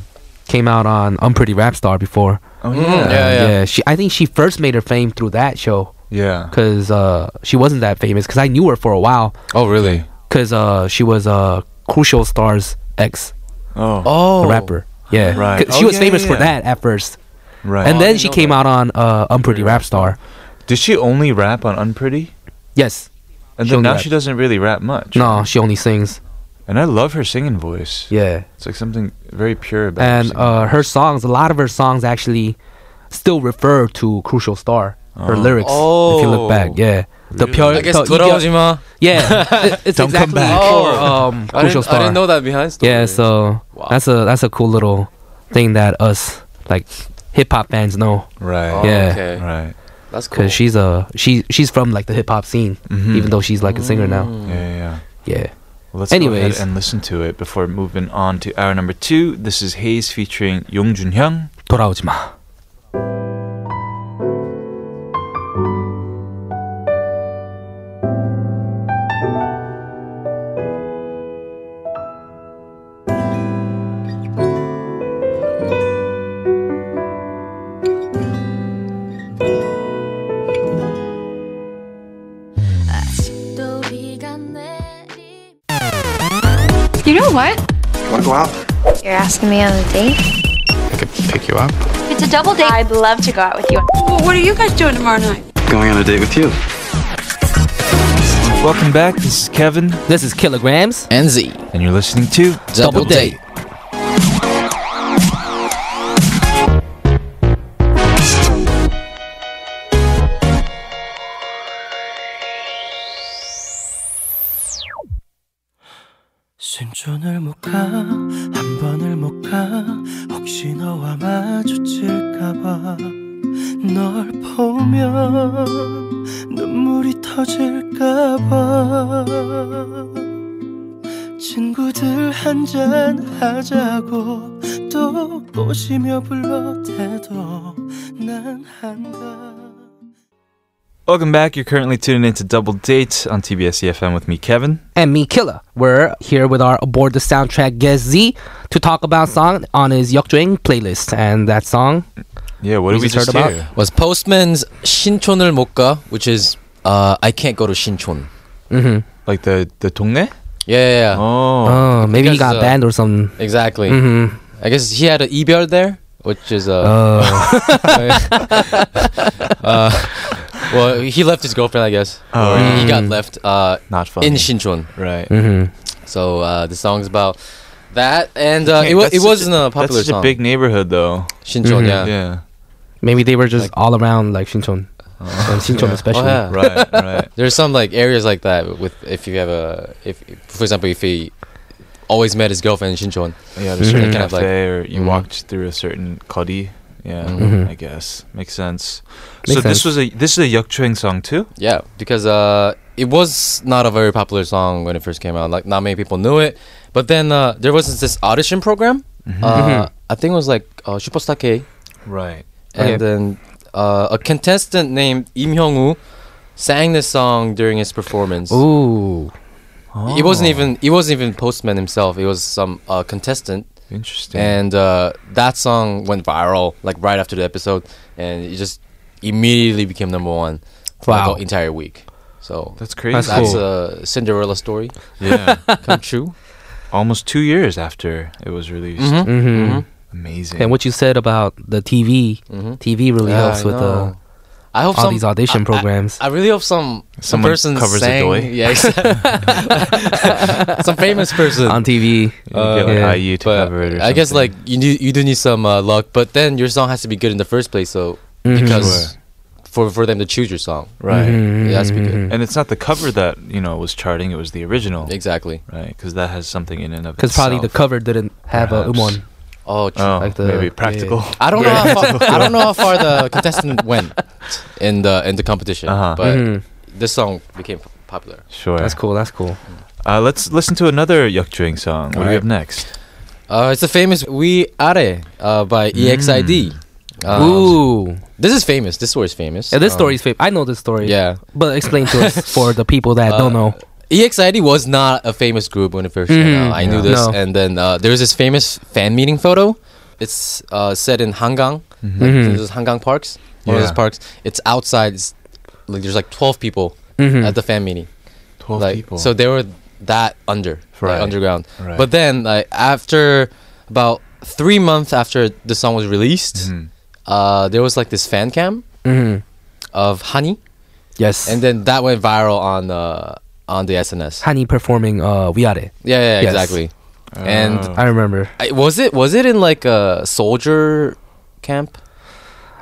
S3: came out on Unpretty Rap Star before.
S2: Oh
S7: Mm,
S2: yeah.
S7: yeah.
S3: She, I think she first made her fame through that show
S2: Yeah.
S3: because uh, she wasn't that famous. Because I knew her for a while
S7: Oh really?
S3: because uh, she was uh, Crucial Star's ex,
S2: Oh.
S7: Oh,
S3: the rapper. Yeah,
S2: Right.
S3: 'Cause She
S2: Oh,
S3: was
S2: yeah,
S3: famous
S2: yeah,
S3: for
S2: yeah.
S3: that at first,
S2: Right. Oh,
S3: and
S7: I
S3: then
S7: didn't
S3: she
S7: know
S3: came
S7: that.
S3: out on uh, Unpretty Rap Star.
S2: Did she only rap on Unpretty?
S3: Yes.
S2: And
S3: She
S2: then
S3: only
S2: now
S3: raps.
S2: she doesn't really rap much.
S3: No, she only sings.
S2: And I love her singing voice.
S3: Yeah.
S2: It's like something very pure about her.
S3: and
S2: singing
S3: uh,
S2: voice.
S3: her songs, a lot of her songs actually still refer to Crucial Star. Her
S2: Oh.
S3: lyrics, if you
S7: Oh.
S3: look back, yeah, the
S2: Really?
S3: pure,
S7: I guess
S3: the-
S7: 돌아오지마. (laughs)
S3: yeah, it- it's
S2: Don't come
S3: exactly
S2: back.
S3: for um,
S7: Oh. I
S3: Crucial
S7: didn't, I
S3: Star.
S7: didn't know that behind story.
S3: yeah, so
S7: Wow.
S3: that's a that's a cool little thing that us like hip hop fans know
S7: Oh,
S2: Right.
S3: yeah.
S7: okay.
S2: Right.
S7: that's cool.
S3: because she's a she she's from like the hip hop scene,
S2: Mhm.
S3: even though she's like a singer now.
S7: Mm.
S2: Yeah, yeah, yeah.
S3: Yeah,
S2: Well, let's Anyways.
S3: Anyways.
S2: and listen to it before moving on to hour number two. This is Hayes featuring Yong Jun Hyung.
S3: 돌아오지 마.
S8: You know what?
S9: Want to go out?
S8: You're asking me on a date?
S9: I could pick you up.
S8: It's a double date. I'd love to go out with you. what are you guys doing tomorrow night?
S9: Going on a date with you.
S2: Welcome back. This is Kevin,
S3: This is Kilograms.
S7: NZ
S2: and you're listening to
S7: Double Date.
S4: 신촌을 못 가, 한 번을 못 가, 혹시 너와 마주칠까봐 널 보면 눈물이 터질까봐 친구들 한잔 하자고 또 꼬시며 불러대도 난 한다.
S2: Welcome back. You're currently tuning into Double Date on TBS EFM E with me, Kevin.
S3: and me Killer. We're here with our aboard the soundtrack Guest Z to talk about song on his Yokjueng playlist, and that song
S2: Yeah, what
S3: We
S2: did we
S3: just
S2: just
S3: heard
S2: hear?
S7: was Postman's 신촌을 못 가, which is uh, I can't go to 신촌.
S3: mm-hmm.
S2: Like the the 동네?
S7: Yeah, yeah, yeah.
S2: Oh,
S3: oh, maybe he
S7: because,
S3: got
S7: uh,
S3: banned or something.
S7: exactly.
S3: Mhm.
S7: I guess he had an 이별 there, which is uh,
S3: Oh,
S7: (laughs) uh, well, he left his girlfriend, I guess.
S2: Oh.
S7: Or he got left uh,
S2: not fun.
S7: in Shinchon, right?
S3: Mhm.
S7: So uh, the song's about that, and uh,
S2: Dang,
S7: it, wa-
S2: that's
S7: it
S2: such
S7: wasn't a popular
S2: That's such
S7: song.
S2: a big neighborhood, though.
S7: Shinchon,
S3: Mhm.
S7: yeah.
S2: yeah.
S3: Maybe they were just
S7: Like-
S3: all around like Shinchon, and Shinchon
S2: yeah.
S3: especially.
S7: Oh, yeah.
S2: right, right.
S7: There's some like areas like that with if you have a if for example if he always met his girlfriend in Shinchon.
S2: Yeah,
S7: Mhm.
S2: there's a certain
S7: Kind of like-
S2: cafe, or you
S7: Mhm.
S2: walked through a certain kari. Yeah,
S7: Mhm.
S2: I guess makes sense. so
S3: Makes sense.
S2: this was a this is a Yukchueng song too.
S7: Yeah, because uh, it was not a very popular song when it first came out. Like not many people knew it. But then uh, there was this audition program.
S2: Mm-hmm.
S7: Uh, I think it was like uh, Superstar K,
S2: Right.
S7: and
S3: Okay.
S7: then uh, a contestant named Im Hyung Woo sang this song during his performance.
S3: Ooh,
S7: It
S3: Oh.
S7: wasn't even it wasn't even Postman himself. It was some uh, contestant,
S2: interesting.
S7: and uh, that song went viral like right after the episode, and it just immediately became number one for
S3: Wow.
S7: like, an entire week. So
S2: that's crazy.
S3: That's
S7: that's
S3: cool.
S7: a Cinderella
S3: (laughs)
S7: story (laughs)
S2: yeah,
S7: come true.
S2: almost two years after it was released.
S7: Mm-hmm.
S3: hmm
S2: Amazing.
S3: and what you said about the TV,
S7: Mhm.
S3: TV really
S7: Yeah,
S3: helps
S7: I
S3: with uh,
S7: know. I hope
S3: all
S7: some,
S3: these audition
S7: I- I-
S3: programs.
S7: I, really hope some some
S2: Someone
S7: person
S2: covers the
S7: sang,
S2: doy.
S7: Yeah,
S3: (laughs)
S7: exactly. (laughs) some famous person.
S3: on
S2: You
S3: TV.
S2: get like
S3: yeah,
S2: IU to
S7: but
S2: cover it or
S7: I guess
S2: something.
S7: like you need, you do need some uh, luck, but then your song has to be good in the first place. So because for for them to choose your song,
S2: right.
S3: Mhm,
S7: it has to be good.
S2: And it's not the cover that you know was charting; it was the original,
S7: Mm-hmm. Exactly.
S2: right? Because that has something in and of
S3: Because probably the
S2: itself.
S3: cover didn't have a
S2: Perhaps.
S3: umon.
S7: Oh, true.
S2: oh,
S3: like the-
S2: maybe practical.
S7: I don't know. How far, I don't know how far the contestant went in the in the competition,
S2: Uh-huh.
S7: but
S3: Mhm.
S7: this song became popular.
S2: (laughs) Sure.
S3: That's cool. That's cool.
S2: Uh, let's listen to another Yukchueng song. What do we
S7: Alright.
S2: have next?
S7: Uh, it's the famous "We Are" uh, by EXID.
S2: Mm.
S7: Um,
S3: Ooh,
S7: This is famous. This story is famous.
S3: yeah, this
S7: Um,
S3: story is famous. I know this story.
S7: Yeah. Uh,
S3: But explain to
S7: (laughs)
S3: us for the people that don't know.
S7: EXID was not a famous group when it first came
S2: Mm-hmm.
S7: out. I knew
S3: Yeah.
S7: this.
S3: No.
S7: And then uh, there's this famous fan meeting photo. It's uh, set in Hangang. Like,
S3: Mhm.
S7: This is Hangang Parks.
S2: Mm-hmm.
S7: One of
S2: Yeah.
S7: those parks. It's outside. It's, like there's like 12 people
S3: Mhm.
S7: at the fan meeting.
S2: Mm. Twelve
S7: like
S2: people.
S7: so they were that under
S2: Right.
S7: like, underground.
S2: Right.
S7: But then like after about three months after the song was released,
S2: Mhm.
S7: uh, there was like this fan cam
S3: Mhm.
S7: of Honey,
S3: Yes.
S7: and then that went viral on uh, on the SNS.
S3: Hani performing uh, We Are. It.
S7: Yeah, yeah,
S3: Yes.
S7: exactly. Uh. And
S3: I remember.
S7: I, was it was it in like a soldier camp?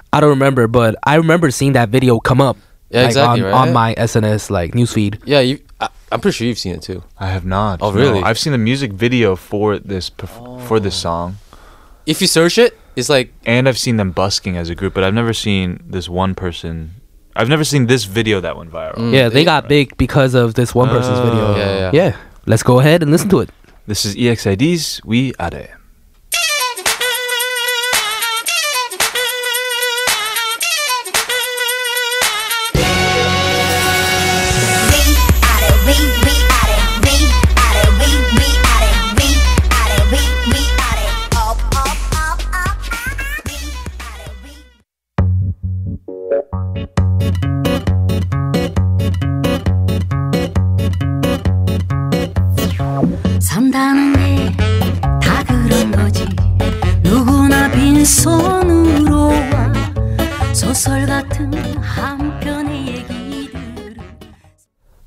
S3: I don't remember, but I remember seeing that video come up.
S7: Yeah,
S3: like,
S7: exactly,
S3: On,
S7: right?
S3: on my SNS like newsfeed.
S7: Yeah, you, I, I'm pretty sure you've seen it too.
S2: I have not. no.
S7: Oh, really?
S2: I've seen the music video for this perf- for this
S3: Oh.
S2: song,
S7: If you search it, it's like
S2: and I've seen them busking as a group, but I've never seen this one person. I've never seen this video that went viral.
S7: Mm.
S3: Yeah, they
S7: Yeah,
S3: got big because of this one person's video.
S2: Oh.
S7: Yeah, yeah,
S3: yeah. Let's go ahead and listen to it.
S2: This is E EXID's We Are. It.
S1: 산다는 게 다 그런 거지 누구나 빈손으로 와 소설 같은 한편의 얘기들을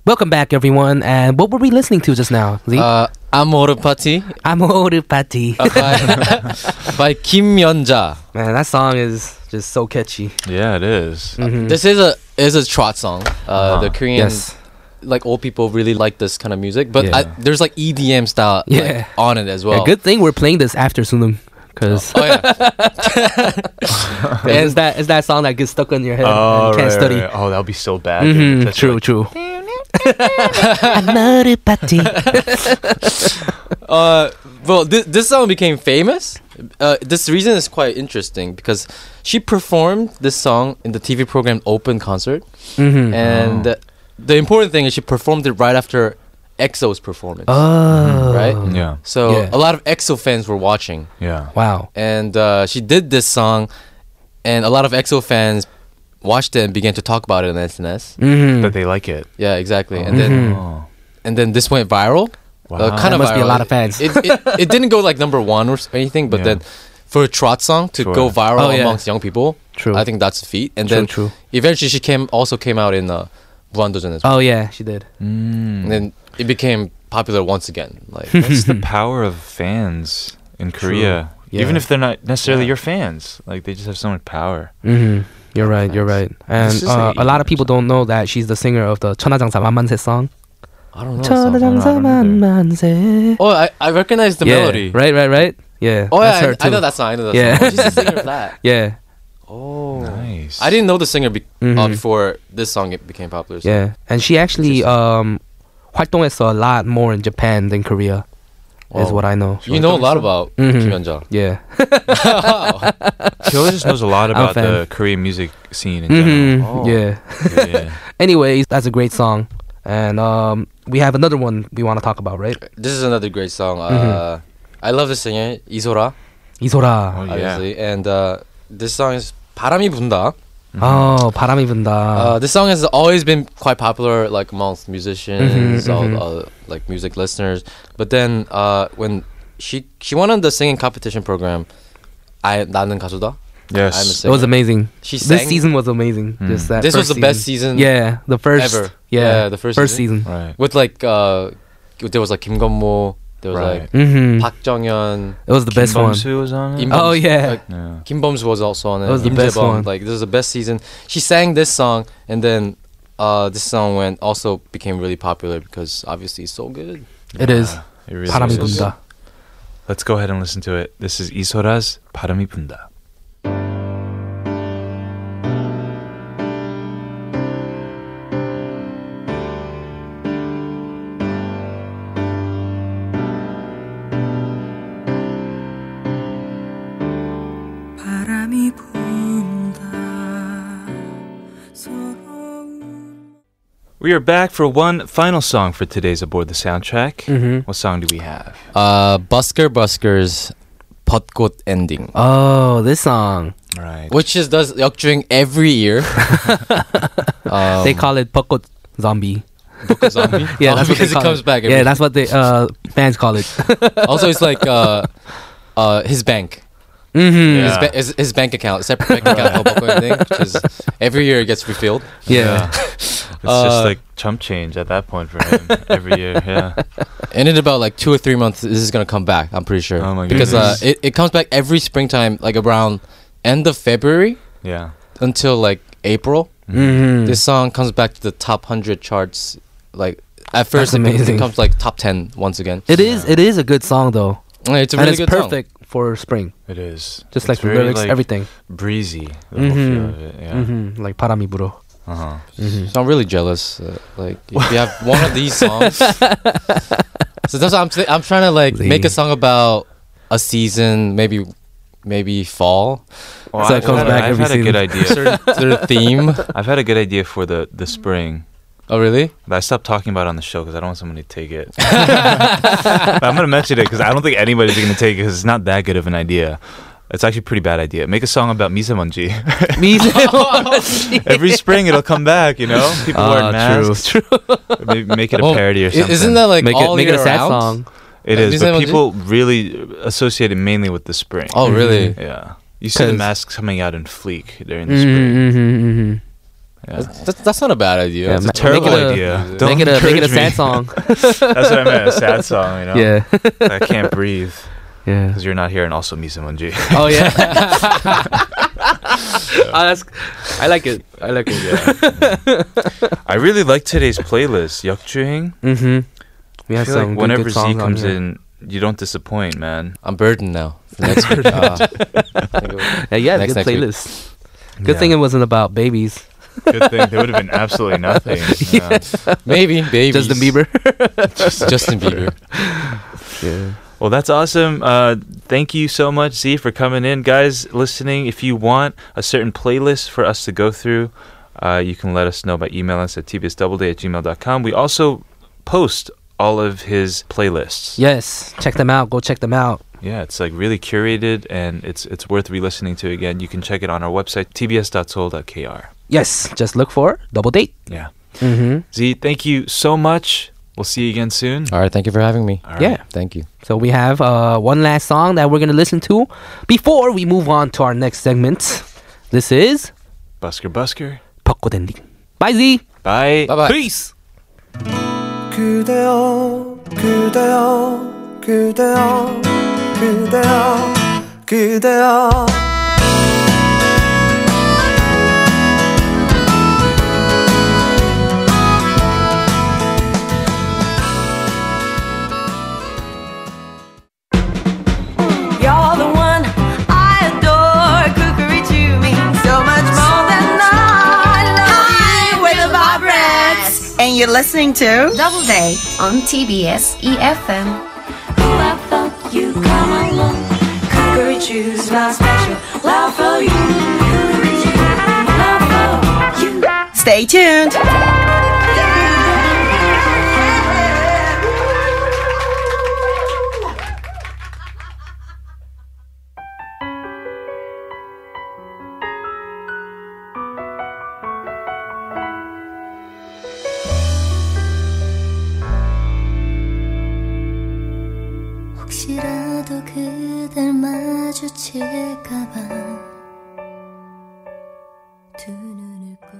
S3: Welcome back, everyone. And what were we listening to just now? Z?
S7: Uh, Amor Party
S3: Amor Party.
S7: (laughs) by, by Kim Yeonja.
S3: Man, that song is just so catchy.
S2: Yeah, it is.
S7: This is a is a trot song. Uh, The Korean
S3: Yes.
S7: like old people really like this kind of music, but I,
S2: Yeah.
S7: there's like EDM style like,
S3: Yeah.
S7: on it as
S3: Yeah,
S7: well.
S3: good thing we're playing this after Sunum. Because
S7: Oh yeah.
S3: it's, that, it's that song that gets stuck in your head
S2: Oh,
S3: and you can't
S2: right,
S3: study.
S2: right. oh, that would be so bad.
S3: Mhm,
S2: dude. That's
S3: true,
S2: like-
S3: true. Amor Party.
S7: Uh, well, th- this song became famous. Uh, this reason is quite interesting because she performed this song in the TV program Open Concert,
S3: Mhm.
S7: and the important thing is she performed it right after EXO's performance.
S3: Oh.
S7: Right?
S2: Yeah,
S7: So
S3: Yeah.
S7: a lot of EXO fans were watching,
S2: yeah.
S3: Wow.
S7: and uh, she did this song, and a lot of EXO fans watched it and began to talk about it on SNS.
S3: Mhm.
S2: That they like it.
S7: Yeah, exactly. And
S3: Mm-hmm.
S7: then
S2: Oh.
S7: and then this went viral.
S2: Wow.
S7: Uh, kind
S3: There
S7: of
S3: must be a
S7: viral.
S3: lot of fans.
S7: It, it,
S3: (laughs)
S7: it didn't go like number one or s- anything, but
S2: Yeah.
S7: then for a trot song to
S2: Sure.
S7: go
S3: Oh,
S7: viral
S3: yeah.
S7: amongst young people,
S3: True.
S7: I think that's a feat. And
S3: True,
S7: then
S3: true.
S7: eventually she came also came out in uh, Blondogen as well,
S3: Oh, yeah, she did.
S2: Mm.
S7: and then it became popular once again.
S3: (laughs)
S7: Like
S2: That's the power of fans in Korea. Even
S3: Yeah.
S2: if they're not necessarily your fans, like they just have so much power.
S3: Mm-hmm. You're right. You're right. And
S2: This is
S3: uh,
S2: like
S3: a lot of people don't know that she's the singer of the 천하장사 만만세 song.
S7: Oh, I don't know.
S2: I
S7: so-
S2: don't know
S3: 만만세.
S7: Oh, I, I recognize the
S3: yeah,
S7: melody.
S3: Right. Right. Right. Yeah.
S7: Oh,
S3: that's
S7: yeah,
S3: her
S7: I, I know
S3: too.
S7: that song. I know that
S3: Yeah.
S7: song. Oh, she's the singer (laughs) of that.
S3: Yeah.
S7: Oh,
S2: Nice.
S7: I didn't know the singer be- uh,
S3: Mhm.
S7: before this song it became popular. so-
S3: Yeah. And she actually um 활동했어 a lot more in Japan than Korea, is
S7: Wow.
S3: what I know.
S7: You know a lot about
S3: Mhm.
S7: Kim Yeonja.
S3: Yeah.
S2: Kyo just knows a lot about
S3: fan.
S2: the Korean music scene in
S3: (laughs) hmm
S7: Oh.
S2: general. Mm-hmm.
S3: Yeah.
S2: Yeah, yeah.
S3: Anyways, that's a great song. And um, we have another one we want to talk about, right?
S7: This is another great song.
S3: Mm-hmm.
S7: Uh, I love the singer Isora,
S2: Oh,
S3: 이소라.
S2: yeah.
S7: obviously, and uh, this song is 바람이 분다.
S3: Oh, 바람이 분다.
S7: Uh, this song has always been quite popular, like amongst
S3: Mm-hmm,
S7: musicians, all, all, like music listeners. But then uh, when she she won on the singing competition program, I 나는 가수다.
S2: Yes.
S7: I'm a
S3: it
S7: singer.
S3: was amazing.
S7: She
S3: This
S7: sang- Hmm.
S3: season was amazing. Just that
S7: This was
S3: first
S7: the best season
S3: Yeah, the first.
S7: ever.
S3: Yeah,
S7: Yeah, the first
S3: season.
S2: Right.
S7: with like uh, there was like Kim Gunmo, there was
S2: Right.
S7: like
S3: hmm
S7: Park Jong Hyun,
S3: It was the best one.
S2: Bum-soo was on it.
S7: Im-
S3: Oh yeah.
S2: yeah.
S7: Kim Bums was also on it.
S3: That was the
S7: Im
S3: best one.
S7: Jae-bum, Like this is the best season. She sang this song, and then uh, this song went also became really popular because obviously it's so good.
S3: it is.
S2: It really
S3: 바람이
S2: is.
S3: 분다.
S2: Let's go ahead and listen to it. This is Isora's 바람이 분다.
S1: 바람이 분다 서러운
S2: We are back for one final song for today's Aboard the Soundtrack. What song do we have?
S7: Uh, Busker Buskers, 벚꽃 ending,
S3: Oh, this song.
S2: Right.
S7: which is does 역주행 every year. um,
S3: they call it 벚꽃 zombie.
S7: 벚꽃 zombie.
S3: (laughs) Yeah,
S7: Oh, (laughs)
S3: that's what
S7: because
S3: they call
S7: it comes
S3: it.
S7: back. Every
S3: Yeah, that's what the uh, fans call it. (laughs)
S7: also it's like uh, uh, his bank.
S3: hmm
S7: His,
S2: Yeah.
S7: ba- his, his bank account, separate bank
S2: (laughs)
S7: account, called 벚꽃 ending, which is every year it gets refilled.
S3: Yeah. (laughs)
S2: (laughs) It's
S7: Uh,
S2: just like chump change at that point for him every year.
S3: (laughs)
S2: Yeah.
S7: And in about like two or three months, this is gonna come back. I'm pretty sure.
S2: Oh my
S7: because uh,
S2: goodness.
S7: it it comes back every springtime, like around end of February
S2: Yeah.
S7: until like April.
S3: hmm
S7: This song comes back to the top hundred charts. Like at first, it,
S3: That's
S7: be- it
S3: amazing.
S7: comes like top ten once again.
S3: It is. It is a good song though,
S7: Yeah, it's a
S3: and it's
S7: really good song.
S3: perfect for spring.
S2: It is.
S3: Just
S2: It's
S3: like the
S2: very, like,
S3: lyrics, everything.
S2: Breezy. The whole feel
S3: Mhm.
S2: of it. Yeah.
S3: hmm Like 바람이 불어.
S2: Uh-huh.
S7: So I'm really jealous. Uh, like if you have one of
S3: (laughs)
S7: these songs, so that's what I'm. Th- I'm trying to like
S3: Lee.
S7: make a song about a season, maybe,
S3: (laughs)
S7: maybe fall,
S2: Well,
S3: So
S2: I've
S3: it comes
S2: had,
S3: back
S2: I've
S3: every
S2: had a good idea.
S7: certain, certain theme.
S2: (laughs) I've had a good idea for the, the spring.
S7: Oh really?
S2: But I stopped talking about it on the show because I don't want somebody to take it.
S3: (laughs)
S2: But I'm going to mention it because I don't think anybody's going to take it because it's not that good of an idea. It's actually a pretty bad idea. Make a song about Misamonji.
S3: (laughs) Me too.
S2: (laughs)
S3: (laughs)
S2: Every spring it'll come back, you know? People
S3: Ah,
S2: wearing
S3: true,
S2: masks. True. Maybe make it a
S7: Well,
S2: parody or
S7: i-
S2: something.
S7: Isn't that like
S3: make
S7: all
S3: it make
S7: year
S3: it a sad
S7: round?
S3: song.
S2: It
S7: Yeah,
S2: is, but
S7: 미세먼지?
S2: people really associate it mainly with the spring.
S7: Oh, really?
S2: Mm-hmm. Yeah. You see the
S3: 'Cause-
S2: masks coming out in fleek during the spring.
S3: Mhm, mhm, mhm.
S2: Yeah.
S7: That's, that's not a bad idea.
S3: Yeah,
S7: That's
S2: It's a
S3: ma- make
S2: terrible
S3: it a-
S7: (laughs)
S2: idea. Don't
S3: Make it a make it a
S2: encourage me.
S3: sad song.
S2: (laughs) That's what I meant. A sad song, you know?
S3: Yeah. (laughs)
S2: I can't breathe
S3: yeah.
S2: because you're not here and also Misamonji.
S3: Oh yeah. I, that's, I like it. I like it.
S2: (laughs) I really like today's playlist, Yeokjuhing.
S3: Mhm. We
S2: I
S3: have
S2: feel like
S3: some good-
S2: whenever
S3: good
S2: Z
S3: songs on
S2: comes
S3: here.
S2: in, you don't disappoint, man.
S7: I'm burdened now. for (laughs) Next week. Uh, think of-
S3: Yeah, yeah,
S7: Next-
S3: good
S7: next week.
S3: playlist. Good thing it wasn't about babies.
S2: Good thing. There would have been absolutely
S3: (laughs)
S2: nothing. Yeah.
S7: Uh, (laughs) maybe, maybe.
S3: Justin Bieber.
S7: Justin (laughs) Bieber.
S3: yeah.
S2: Well, that's awesome. Uh, thank you so much, Z, for coming in. Guys, listening, if you want a certain playlist for us to go through, uh, you can let us know by emailing us at tbsdoubleday at gmail.com. We also post all of his playlists.
S3: Yes, check them out. Go check them out.
S2: Yeah, it's like really curated and it's it's worth re listening to again. You can check it on our website, tbs.soul.kr.
S3: Yes, just look for Double Date.
S2: Yeah.
S3: Mm-hmm.
S2: Z, thank you so much. We'll see you again soon.
S7: All right, thank you for having me.
S2: All right.
S3: Yeah.
S7: Thank you.
S3: So we have uh, one last song that we're gonna listen to before we move on to our next segment. This is
S2: Busker Busker.
S3: 벚꽃 엔딩. Bye Z.
S2: Bye.
S7: Bye bye.
S3: Peace.
S4: 그대여 그대여 그대여 그대여 그대여
S8: You're the one I adore. Kukuri to me so much more than I love you with a vibrance. And you're listening to
S10: Double Day on TBS EFM.
S8: Kukuri choose my special love for you. Love for you. Stay tuned.
S10: 혹시라도 그댈 마주칠까봐 두 눈을 꼭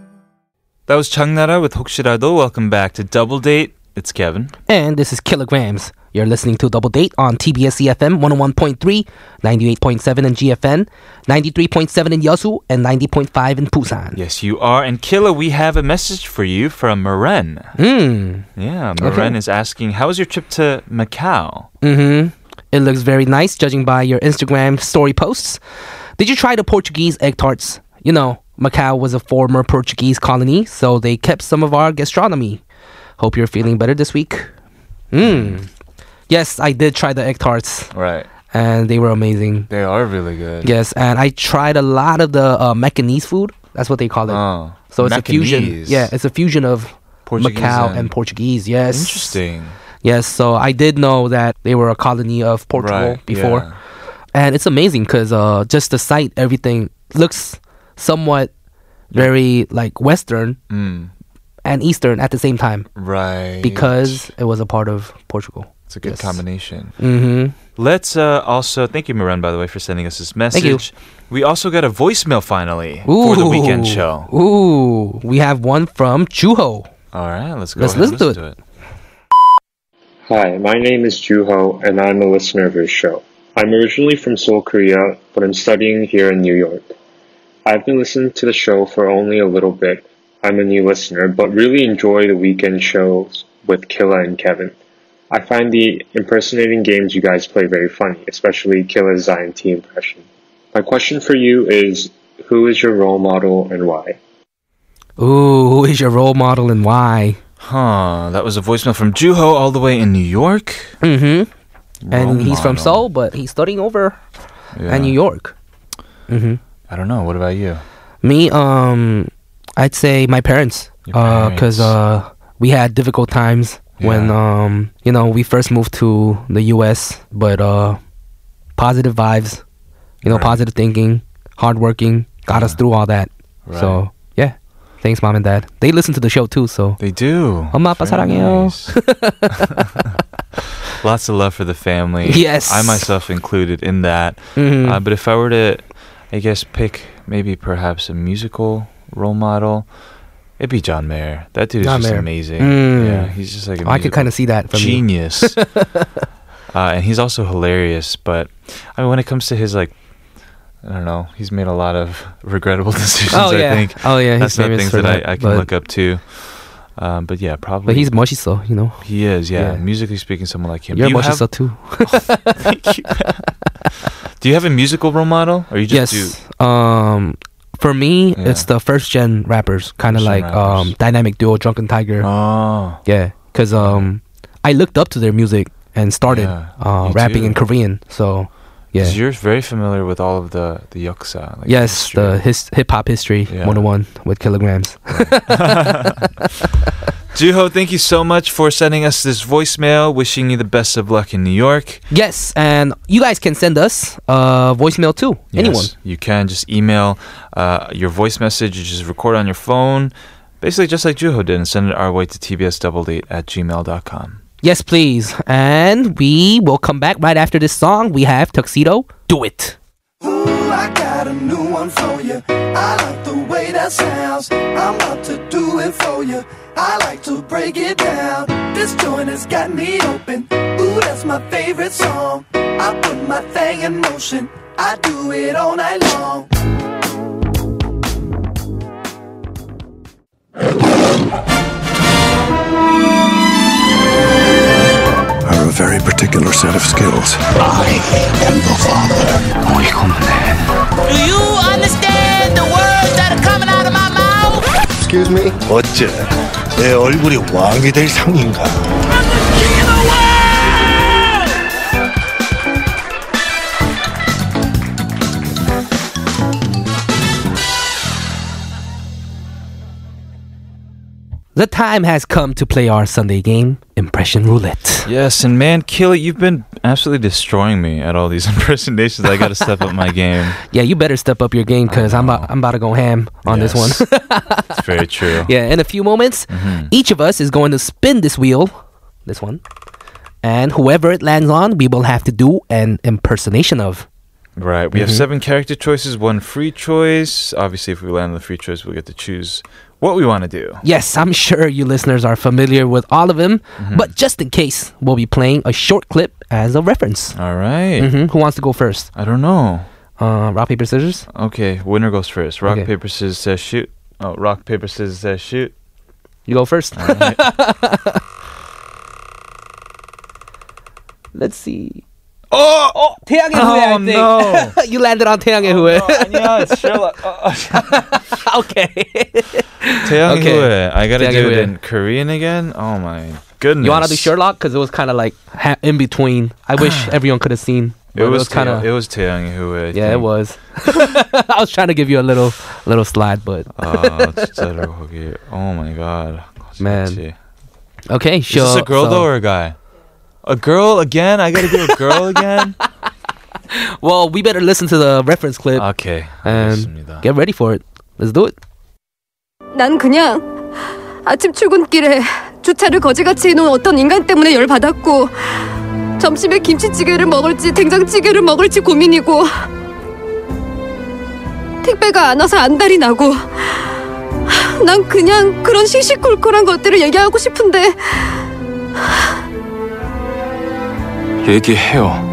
S2: That was Changnara with Hoksirado. Welcome back to Double Date. It's Kevin.
S3: And this is Kilograms. You're listening to Double Date on TBS EFM 101.3, 98.7 in GFN, 93.7 in Yeosu, and 90.5 in Busan.
S2: Yes, you are. And Killa, we have a message for you from Maren.
S3: Mm.
S2: Yeah, Maren is asking, how was your trip to Macau?
S3: hmm It looks very nice judging by your Instagram story posts. Did you try the Portuguese egg tarts? You know, Macau was a former Portuguese colony, so they kept some of our gastronomy. Hope you're feeling better this week. Mm. Yes, I did try the egg tarts,
S2: Right.
S3: and they were amazing.
S2: They are really good.
S3: Yes, and I tried a lot of the uh, Macanese food. That's what they call it.
S2: Oh,
S3: so it's a fusion.
S2: Macanese.
S3: Yeah, it's a fusion of
S2: Portuguese
S3: Macau and,
S2: and-
S3: Portuguese. Yes.
S2: Interesting.
S3: Yes, so I did know that they were a colony of Portugal
S2: Right,
S3: before,
S2: yeah.
S3: and it's amazing because uh, just the site, everything looks somewhat very like Western
S2: Mm,
S3: and Eastern at the same time
S2: right.
S3: because it was a part of Portugal.
S2: it's a good
S3: yes.
S2: combination.
S3: Mm-hmm.
S2: Let's uh, also thank you, Maren, by the way, for sending us this message.
S3: Thank you.
S2: We also got a voicemail finally for the weekend show.
S3: Ooh, we have one from Chuho.
S2: All right, let's go.
S3: Let's
S2: ahead and
S3: listen to
S2: listen to it.
S10: Hi, my name is Juho, and I'm a listener of your show. I'm originally from Seoul, Korea, but I'm studying here in New York. I've been listening to the show for only a little bit. I'm a new listener, but really enjoy the weekend shows with Killa and Kevin. I find the impersonating games you guys play very funny, especially Killa's INT impression. My question for you is who is your role model and why?
S3: Ooh, who is your role model and why?
S2: Huh, that was a voicemail from Juho all the way in New York.
S3: Mm-hmm. And
S2: Role
S3: he's from
S2: model.
S3: Seoul, but he's studying over
S2: Yeah.
S3: at New York. Mm-hmm.
S2: I don't know. What about you?
S3: Me, um, I'd say my parents,
S2: Your parents.
S3: because uh, we had difficult times when
S2: Yeah.
S3: um, you know, we first moved to the U.S. But uh, positive vibes, you know,
S2: Right.
S3: positive thinking, hard working, got us through all that.
S2: Right.
S3: So yeah, thanks, mom and dad. They listen to the show too, so
S2: They do.
S3: 엄마 아빠
S2: Very
S3: (laughs) 사랑해요.
S2: nice. Lots of love for the family.
S3: Yes.
S2: I myself included in that.
S3: Mhm.
S2: Uh, but if I were to, I guess, pick maybe perhaps a musical role model, it'd be John Mayer. That dude is
S3: John
S2: just
S3: Mayer.
S2: amazing.
S3: Mm.
S2: Yeah, he's just like a
S3: I could
S2: musical
S3: kinda see that from you. (laughs)
S2: genius. uh, and he's also hilarious. But I mean, when it comes to his like. I don't know. He's made a lot of (laughs) regrettable decisions.
S3: Oh,
S2: I
S3: yeah.
S2: think.
S3: Oh, yeah,
S2: That's not
S3: he's famous
S2: things
S3: for
S2: that,
S3: that,
S2: I, I can
S3: but-
S2: look up to. Um, but yeah, probably.
S3: But he's Moshiso, you know.
S2: He is, yeah.
S3: Yeah.
S2: Musically speaking, someone like him.
S3: You're
S2: Do you have-
S3: (laughs) Moshiso too.
S2: (laughs) Do you have a musical role model, or you just do?
S3: yes. Um, for me,
S2: Yeah.
S3: it's the first gen rappers, kind of
S2: First gen
S3: like um,
S2: rappers.
S3: Dynamic Duo, Drunken Tiger.
S2: Oh,
S3: yeah, because um, I looked up to their music and started
S2: Yeah,
S3: uh,
S2: me
S3: rapping
S2: too.
S3: in Korean. So, yeah,
S2: 'Cause you're very familiar with all of the the yoksa. Like
S3: yes, the his, hip hop history
S2: Yeah.
S3: 101 with kilograms.
S2: Juho, thank you so much for sending us this voicemail. Wishing you the best of luck in New York.
S3: yes, and you guys can send us uh, voicemail too. Anyone?
S2: Yes, you can just email uh, your voice message. You just record on your phone, basically just like Juho did, and send it our way to tbsdoubledate at gmail.com.
S3: Yes, please. And we will come back right after this song. We have Tuxedo. Do it.
S11: I got a new one for you. I like the way that sounds. I'm about to do it for you. I like to break it down. This joint has got me open. Ooh, that's my favorite song. I put my thing in motion. I do it all night long.
S9: Are a very particular set of skills. I am the father. Muy
S6: Do you understand the words that are coming out of my mouth?
S9: Excuse me. 어째 내 얼굴이 왕이 될 상인가?
S3: The time has come to play our Sunday game, Impression Roulette.
S2: Yes, and man, Kill it, you've been absolutely destroying me at all these (laughs) impersonations. I got to step up my game. (laughs)
S3: Yeah, you better step up your game because I'm about, I'm about to go ham on this one.
S2: (laughs) It's very true.
S3: (laughs) yeah, in a few moments, each of us is going to spin this wheel, this one, and whoever it lands on, we will have to do an impersonation of.
S2: Right. We have
S3: Mhm.
S2: seven character choices, one free choice. Obviously, if we land on the free choice, we'll get to choose what we want to do.
S3: Yes, I'm sure you listeners are familiar with all of them, but just in case, we'll be playing a short clip as a reference.
S2: All right.
S3: Mhm, Who wants to go first?
S2: I don't know.
S3: Uh, rock, paper, scissors?
S2: Okay, winner goes first. Rock,
S3: Okay.
S2: paper, scissors says shoot. Oh, rock, paper, scissors says shoot.
S3: You go first.
S2: All right.
S3: (laughs) Let's see.
S2: oh!
S3: oh, 태양의
S2: Oh,
S3: 후예, I think.
S2: no.
S3: (laughs) you landed on 태양의 후예.
S2: 아니야, it's Sherlock. (laughs)
S3: (laughs) okay.
S2: Taeyang
S3: Okay.
S2: Hue. I gotta
S3: Taeyang
S2: do it
S3: Hue.
S2: in Korean again? Oh my goodness.
S3: You want to do Sherlock? Because it was kind of like ha- in between. (sighs) I wish everyone could have seen.
S2: It
S3: but
S2: was
S3: kind
S2: Taeyang-
S3: of.
S2: It was Taeyang Hue. I
S3: Yeah, it
S2: think.
S3: was. (laughs) I was trying to give you a little little slide, but
S2: 아, Ah, 진짜로 거기. Oh my god.
S3: Man.
S2: 진짜.
S3: okay.
S2: Is this a
S3: sure,
S2: girl
S3: so-
S2: though or a guy? A girl again? I gotta do a girl
S3: (laughs)
S2: again?
S3: Well, we better listen to the reference clip
S2: Okay.
S3: and
S2: 알겠습니다.
S3: get ready for it. Let's do it.
S12: 난 그냥 아침 출근길에 주차를 거지같이 해놓은 어떤 인간 때문에 열받았고 점심에 김치찌개를 먹을지 된장찌개를 먹을지 고민이고 택배가 안 와서 안달이 나고 난 그냥 그런 시시콜콜한 것들을 얘기하고 싶은데
S9: 얘기해요.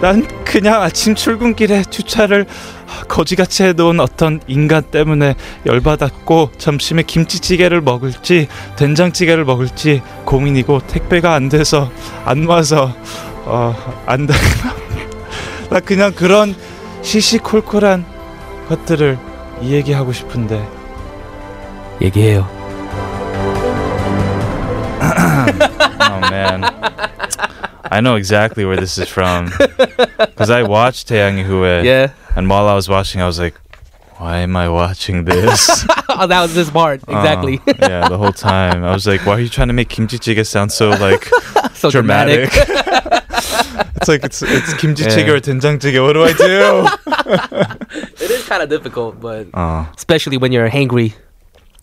S2: 난 그냥 아침 출근길에 주차를 거지같이 해놓은 어떤 인간 때문에 열받았고 점심에 김치찌개를 먹을지 된장찌개를 먹을지 고민이고 택배가 안 돼서 안 와서 어안나 나 그냥 그런 시시콜콜한 것들을 이 얘기하고 싶은데
S3: 얘기해요.
S2: oh man i know exactly where this is from
S3: (laughs)
S2: because i watched taeyang hue
S3: Yeah.
S2: and while i was watching i was like why am i watching this
S3: (laughs) oh, that was this part (laughs) exactly. (laughs)
S2: Uh, yeah the whole time i was like why are you trying to make kimchi jjigae sound so like
S3: (laughs) So dramatic.
S2: (laughs) it's like it's it's kimchi
S3: Yeah.
S2: jjigae or doenjang jjigae what do i
S3: (laughs)
S2: do (laughs)
S3: it is kind of difficult, but
S2: uh, Oh.
S3: especially when you're hangry,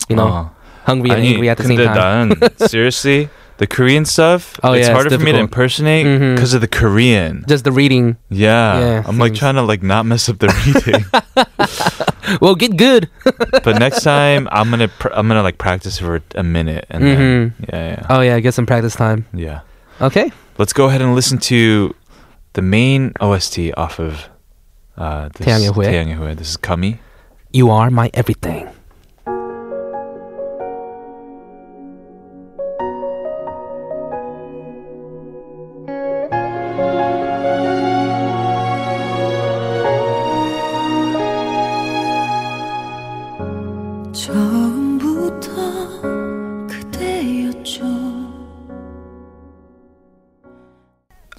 S3: you know. hungry and
S2: 아니,
S3: angry at the same
S2: 근데
S3: time.
S2: 난
S3: (laughs)
S2: seriously the Korean stuff.
S3: Oh,
S2: it's
S3: yeah, it's
S2: harder for me to
S3: difficult. Mm-hmm.
S2: impersonate because of the Korean.
S3: Just the reading.
S2: Yeah,
S3: Yeah,
S2: I'm like trying to like not mess up the (laughs) reading.
S3: well, get
S2: (laughs)
S3: good.
S2: but next time I'm gonna pr- I'm gonna like practice for a minute and then, yeah, yeah.
S3: Oh yeah, get some practice time.
S2: Yeah.
S3: Okay.
S2: Let's go ahead and listen to the main OST off of uh, this,
S3: 태양의 후예.
S2: 태양의 후예. This is Kami.
S3: You are my everything.
S1: 처음부터 그대였죠.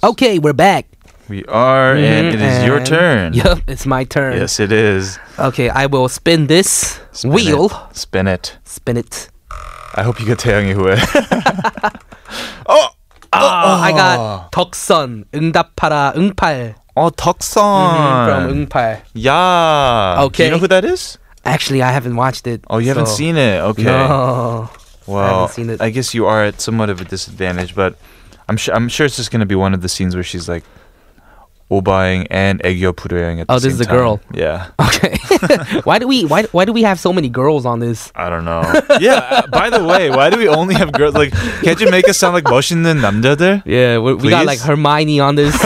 S3: Okay, we're back.
S2: We are, and it
S3: Mhm,
S2: is your
S3: and-
S2: turn.
S3: Yep, it's my turn.
S2: Yes, it is.
S3: Okay, I will spin this
S2: Spin
S3: wheel.
S2: it. Spin it.
S3: Spin it.
S2: I hope you get 태양의 (laughs) 후예. Ah!
S3: Oh, I got 덕선, 응답하라, 응팔.
S2: Oh, Tukson.
S3: Mm-hmm, from 응팔.
S2: yeah. Do
S3: Okay.
S2: you know who that is?
S3: Actually, I haven't watched it.
S2: Oh, you haven't
S3: so-
S2: seen it. Okay.
S3: No.
S2: Well,
S3: I haven't seen it.
S2: I guess you are at somewhat of a disadvantage, but I'm sure I'm sure it's just going to be one of the scenes where she's like obaing and egyo pureang at the
S3: Oh, this
S2: same
S3: is a
S2: time.
S3: girl.
S2: Yeah.
S3: (laughs) why do we why why do we have so many girls on this?
S2: I don't know. (laughs) yeah. uh, By the way, why do we only have girls? Like, can't you make us sound like 멋있는
S3: (laughs)
S2: 남자들?
S3: Yeah, we, We got like Hermione on
S2: (laughs)
S3: this.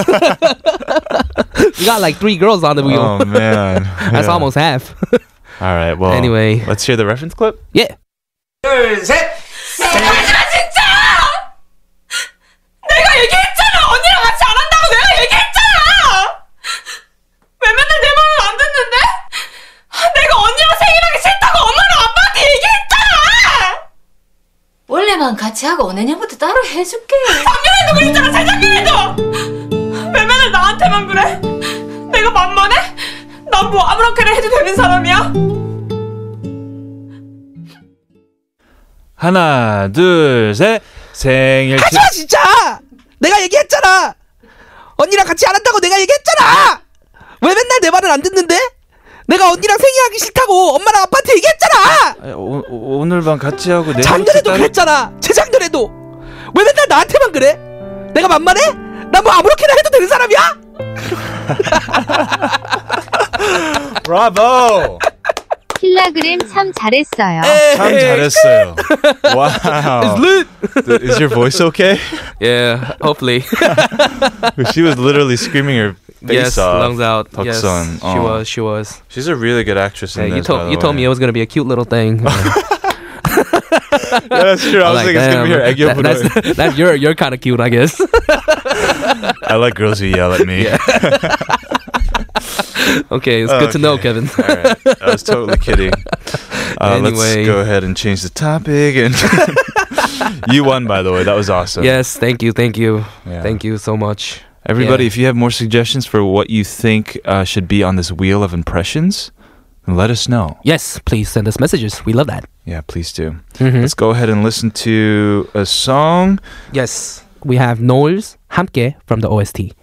S3: we got like three girls on the wheel.
S2: Oh man,
S3: (laughs) That's
S2: Yeah.
S3: almost half. (laughs)
S2: All right. Well,
S3: Anyway.
S2: let's hear the reference clip.
S3: Yeah.
S4: 둘, 셋!
S8: 하지마 진짜! 내가 얘기했잖아 언니랑 같이 안 한다고 내가 얘기했잖아! 왜 맨날 내 말을 안 듣는데? 내가 언니랑 생일하기 싫다고 엄마랑 아빠한테 얘기했잖아!
S13: 원래만 같이 하고 내년부터 따로 해줄게.
S8: 작년에도 그랬잖아 재작년에도! 왜 맨날 나한테만 그래? 내가 만만해? 난 뭐 아무렇게나 해도 되는 사람이야?
S2: 하나, 둘, 셋. 생일 축.
S3: 하지마 진짜. 내가 얘기했잖아. 언니랑 같이 안 한다고 내가 얘기했잖아. 왜 맨날 내 말을 안 듣는데? 내가 언니랑 생일하기 싫다고 엄마랑 아빠한테 얘기했잖아.
S2: 아, 오, 오- 오늘 밤 같이 하고 내일
S3: 작년에도 그랬잖아. 재작년에도. 왜 맨날 나한테만 그래? 내가 만만해? 난 뭐 아무렇게나 해도 되는 사람이야?
S2: 브라보.
S14: 필라그램 참 잘했어요.
S3: 네.
S2: 참 잘했어요. (laughs) wow.
S14: It's
S2: lit. Is your voice okay?
S7: Yeah, hopefully.
S2: she was literally screaming her face
S7: Yes,
S2: off.
S7: lungs out. Yes,
S2: Doksun.
S7: she was,
S3: She was.
S2: She's a really good actress.
S3: Yeah,
S2: in
S3: you
S2: this, by
S3: told
S2: the
S3: you told
S2: way.
S3: me it was gonna be a cute
S2: (laughs)
S3: little thing. (laughs)
S2: That's true. I was
S3: like,
S2: thinking it's gonna be her
S3: damn,
S2: egg yolk
S3: that- that's, (laughs) that's you're you're kind of cute,
S2: (laughs)
S3: I guess. (laughs)
S2: I like girls who yell at me.
S3: okay, it's
S2: Oh,
S3: good to
S2: (laughs)
S3: know, Kevin.
S2: All right. I was totally kidding. Uh,
S3: Anyway.
S2: Let's go ahead and change the topic. And (laughs) you won, by the way. That was awesome.
S3: yes, thank you, thank you,
S2: Yeah.
S3: thank you so much,
S2: Everybody,
S3: Yeah.
S2: if you have more suggestions for what you think uh, should be on this wheel of impressions, let us know.
S3: Yes, please send us messages. We love that.
S2: Yeah, please do.
S3: Mhm.
S2: Let's go ahead and listen to a song.
S3: Yes, we have Knowles 함께 from the OST.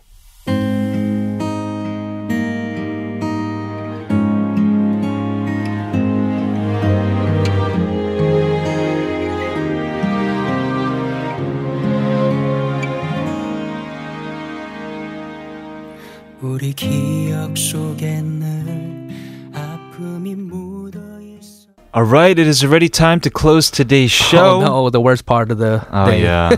S15: 우리 기억 속엔 늘 아픔이 묻어
S2: All right, it is already time to close today's show.
S3: Oh no, the worst part of the
S2: Oh
S3: day. (laughs)
S2: yeah,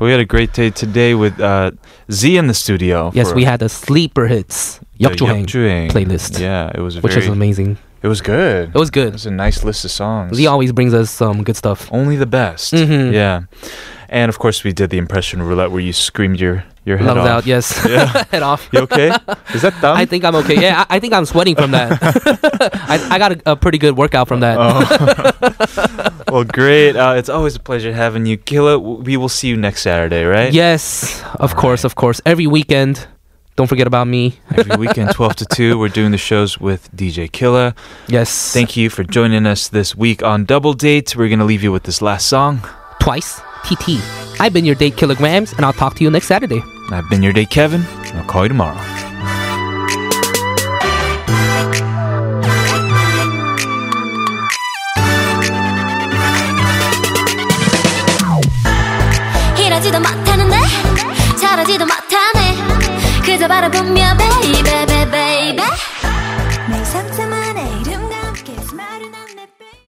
S2: we had a great day today with uh, Z in the studio.
S3: yes,
S2: for
S3: we had the sleeper hits
S2: the
S3: 역주행
S2: 역주행.
S3: playlist.
S2: Yeah, it was
S3: which was
S2: very-
S3: Oh. amazing.
S2: It was good. It
S3: was good. It
S2: was a nice list of songs.
S3: He always brings us some good stuff.
S2: Only the best.
S3: Mhm.
S2: Yeah, and of course we did the impression roulette where you screamed your your head off.
S3: Lungs out, yes.
S2: (laughs)
S3: (laughs)
S2: Yeah.
S3: Head off.
S2: You okay? Is that dumb?
S3: (laughs) I think I'm okay. Yeah, I, I think I'm sweating from that. (laughs) I, I got a, a pretty good workout from that.
S2: well, great. Uh, it's always a pleasure having you, Killa. W- We will see you next Saturday, right?
S3: Yes, of course, of course. Every weekend, don't forget about me.
S2: Every weekend, 12 to 2, we're doing the shows with DJ Killa.
S3: Yes.
S2: Thank you for joining us this week on Double Date. We're going to leave you with this last song.
S3: Twice, TT. I've been your date kilograms, and I'll talk to you next Saturday.
S2: I've been your date, Kevin, and I'll call you tomorrow.
S8: だ待って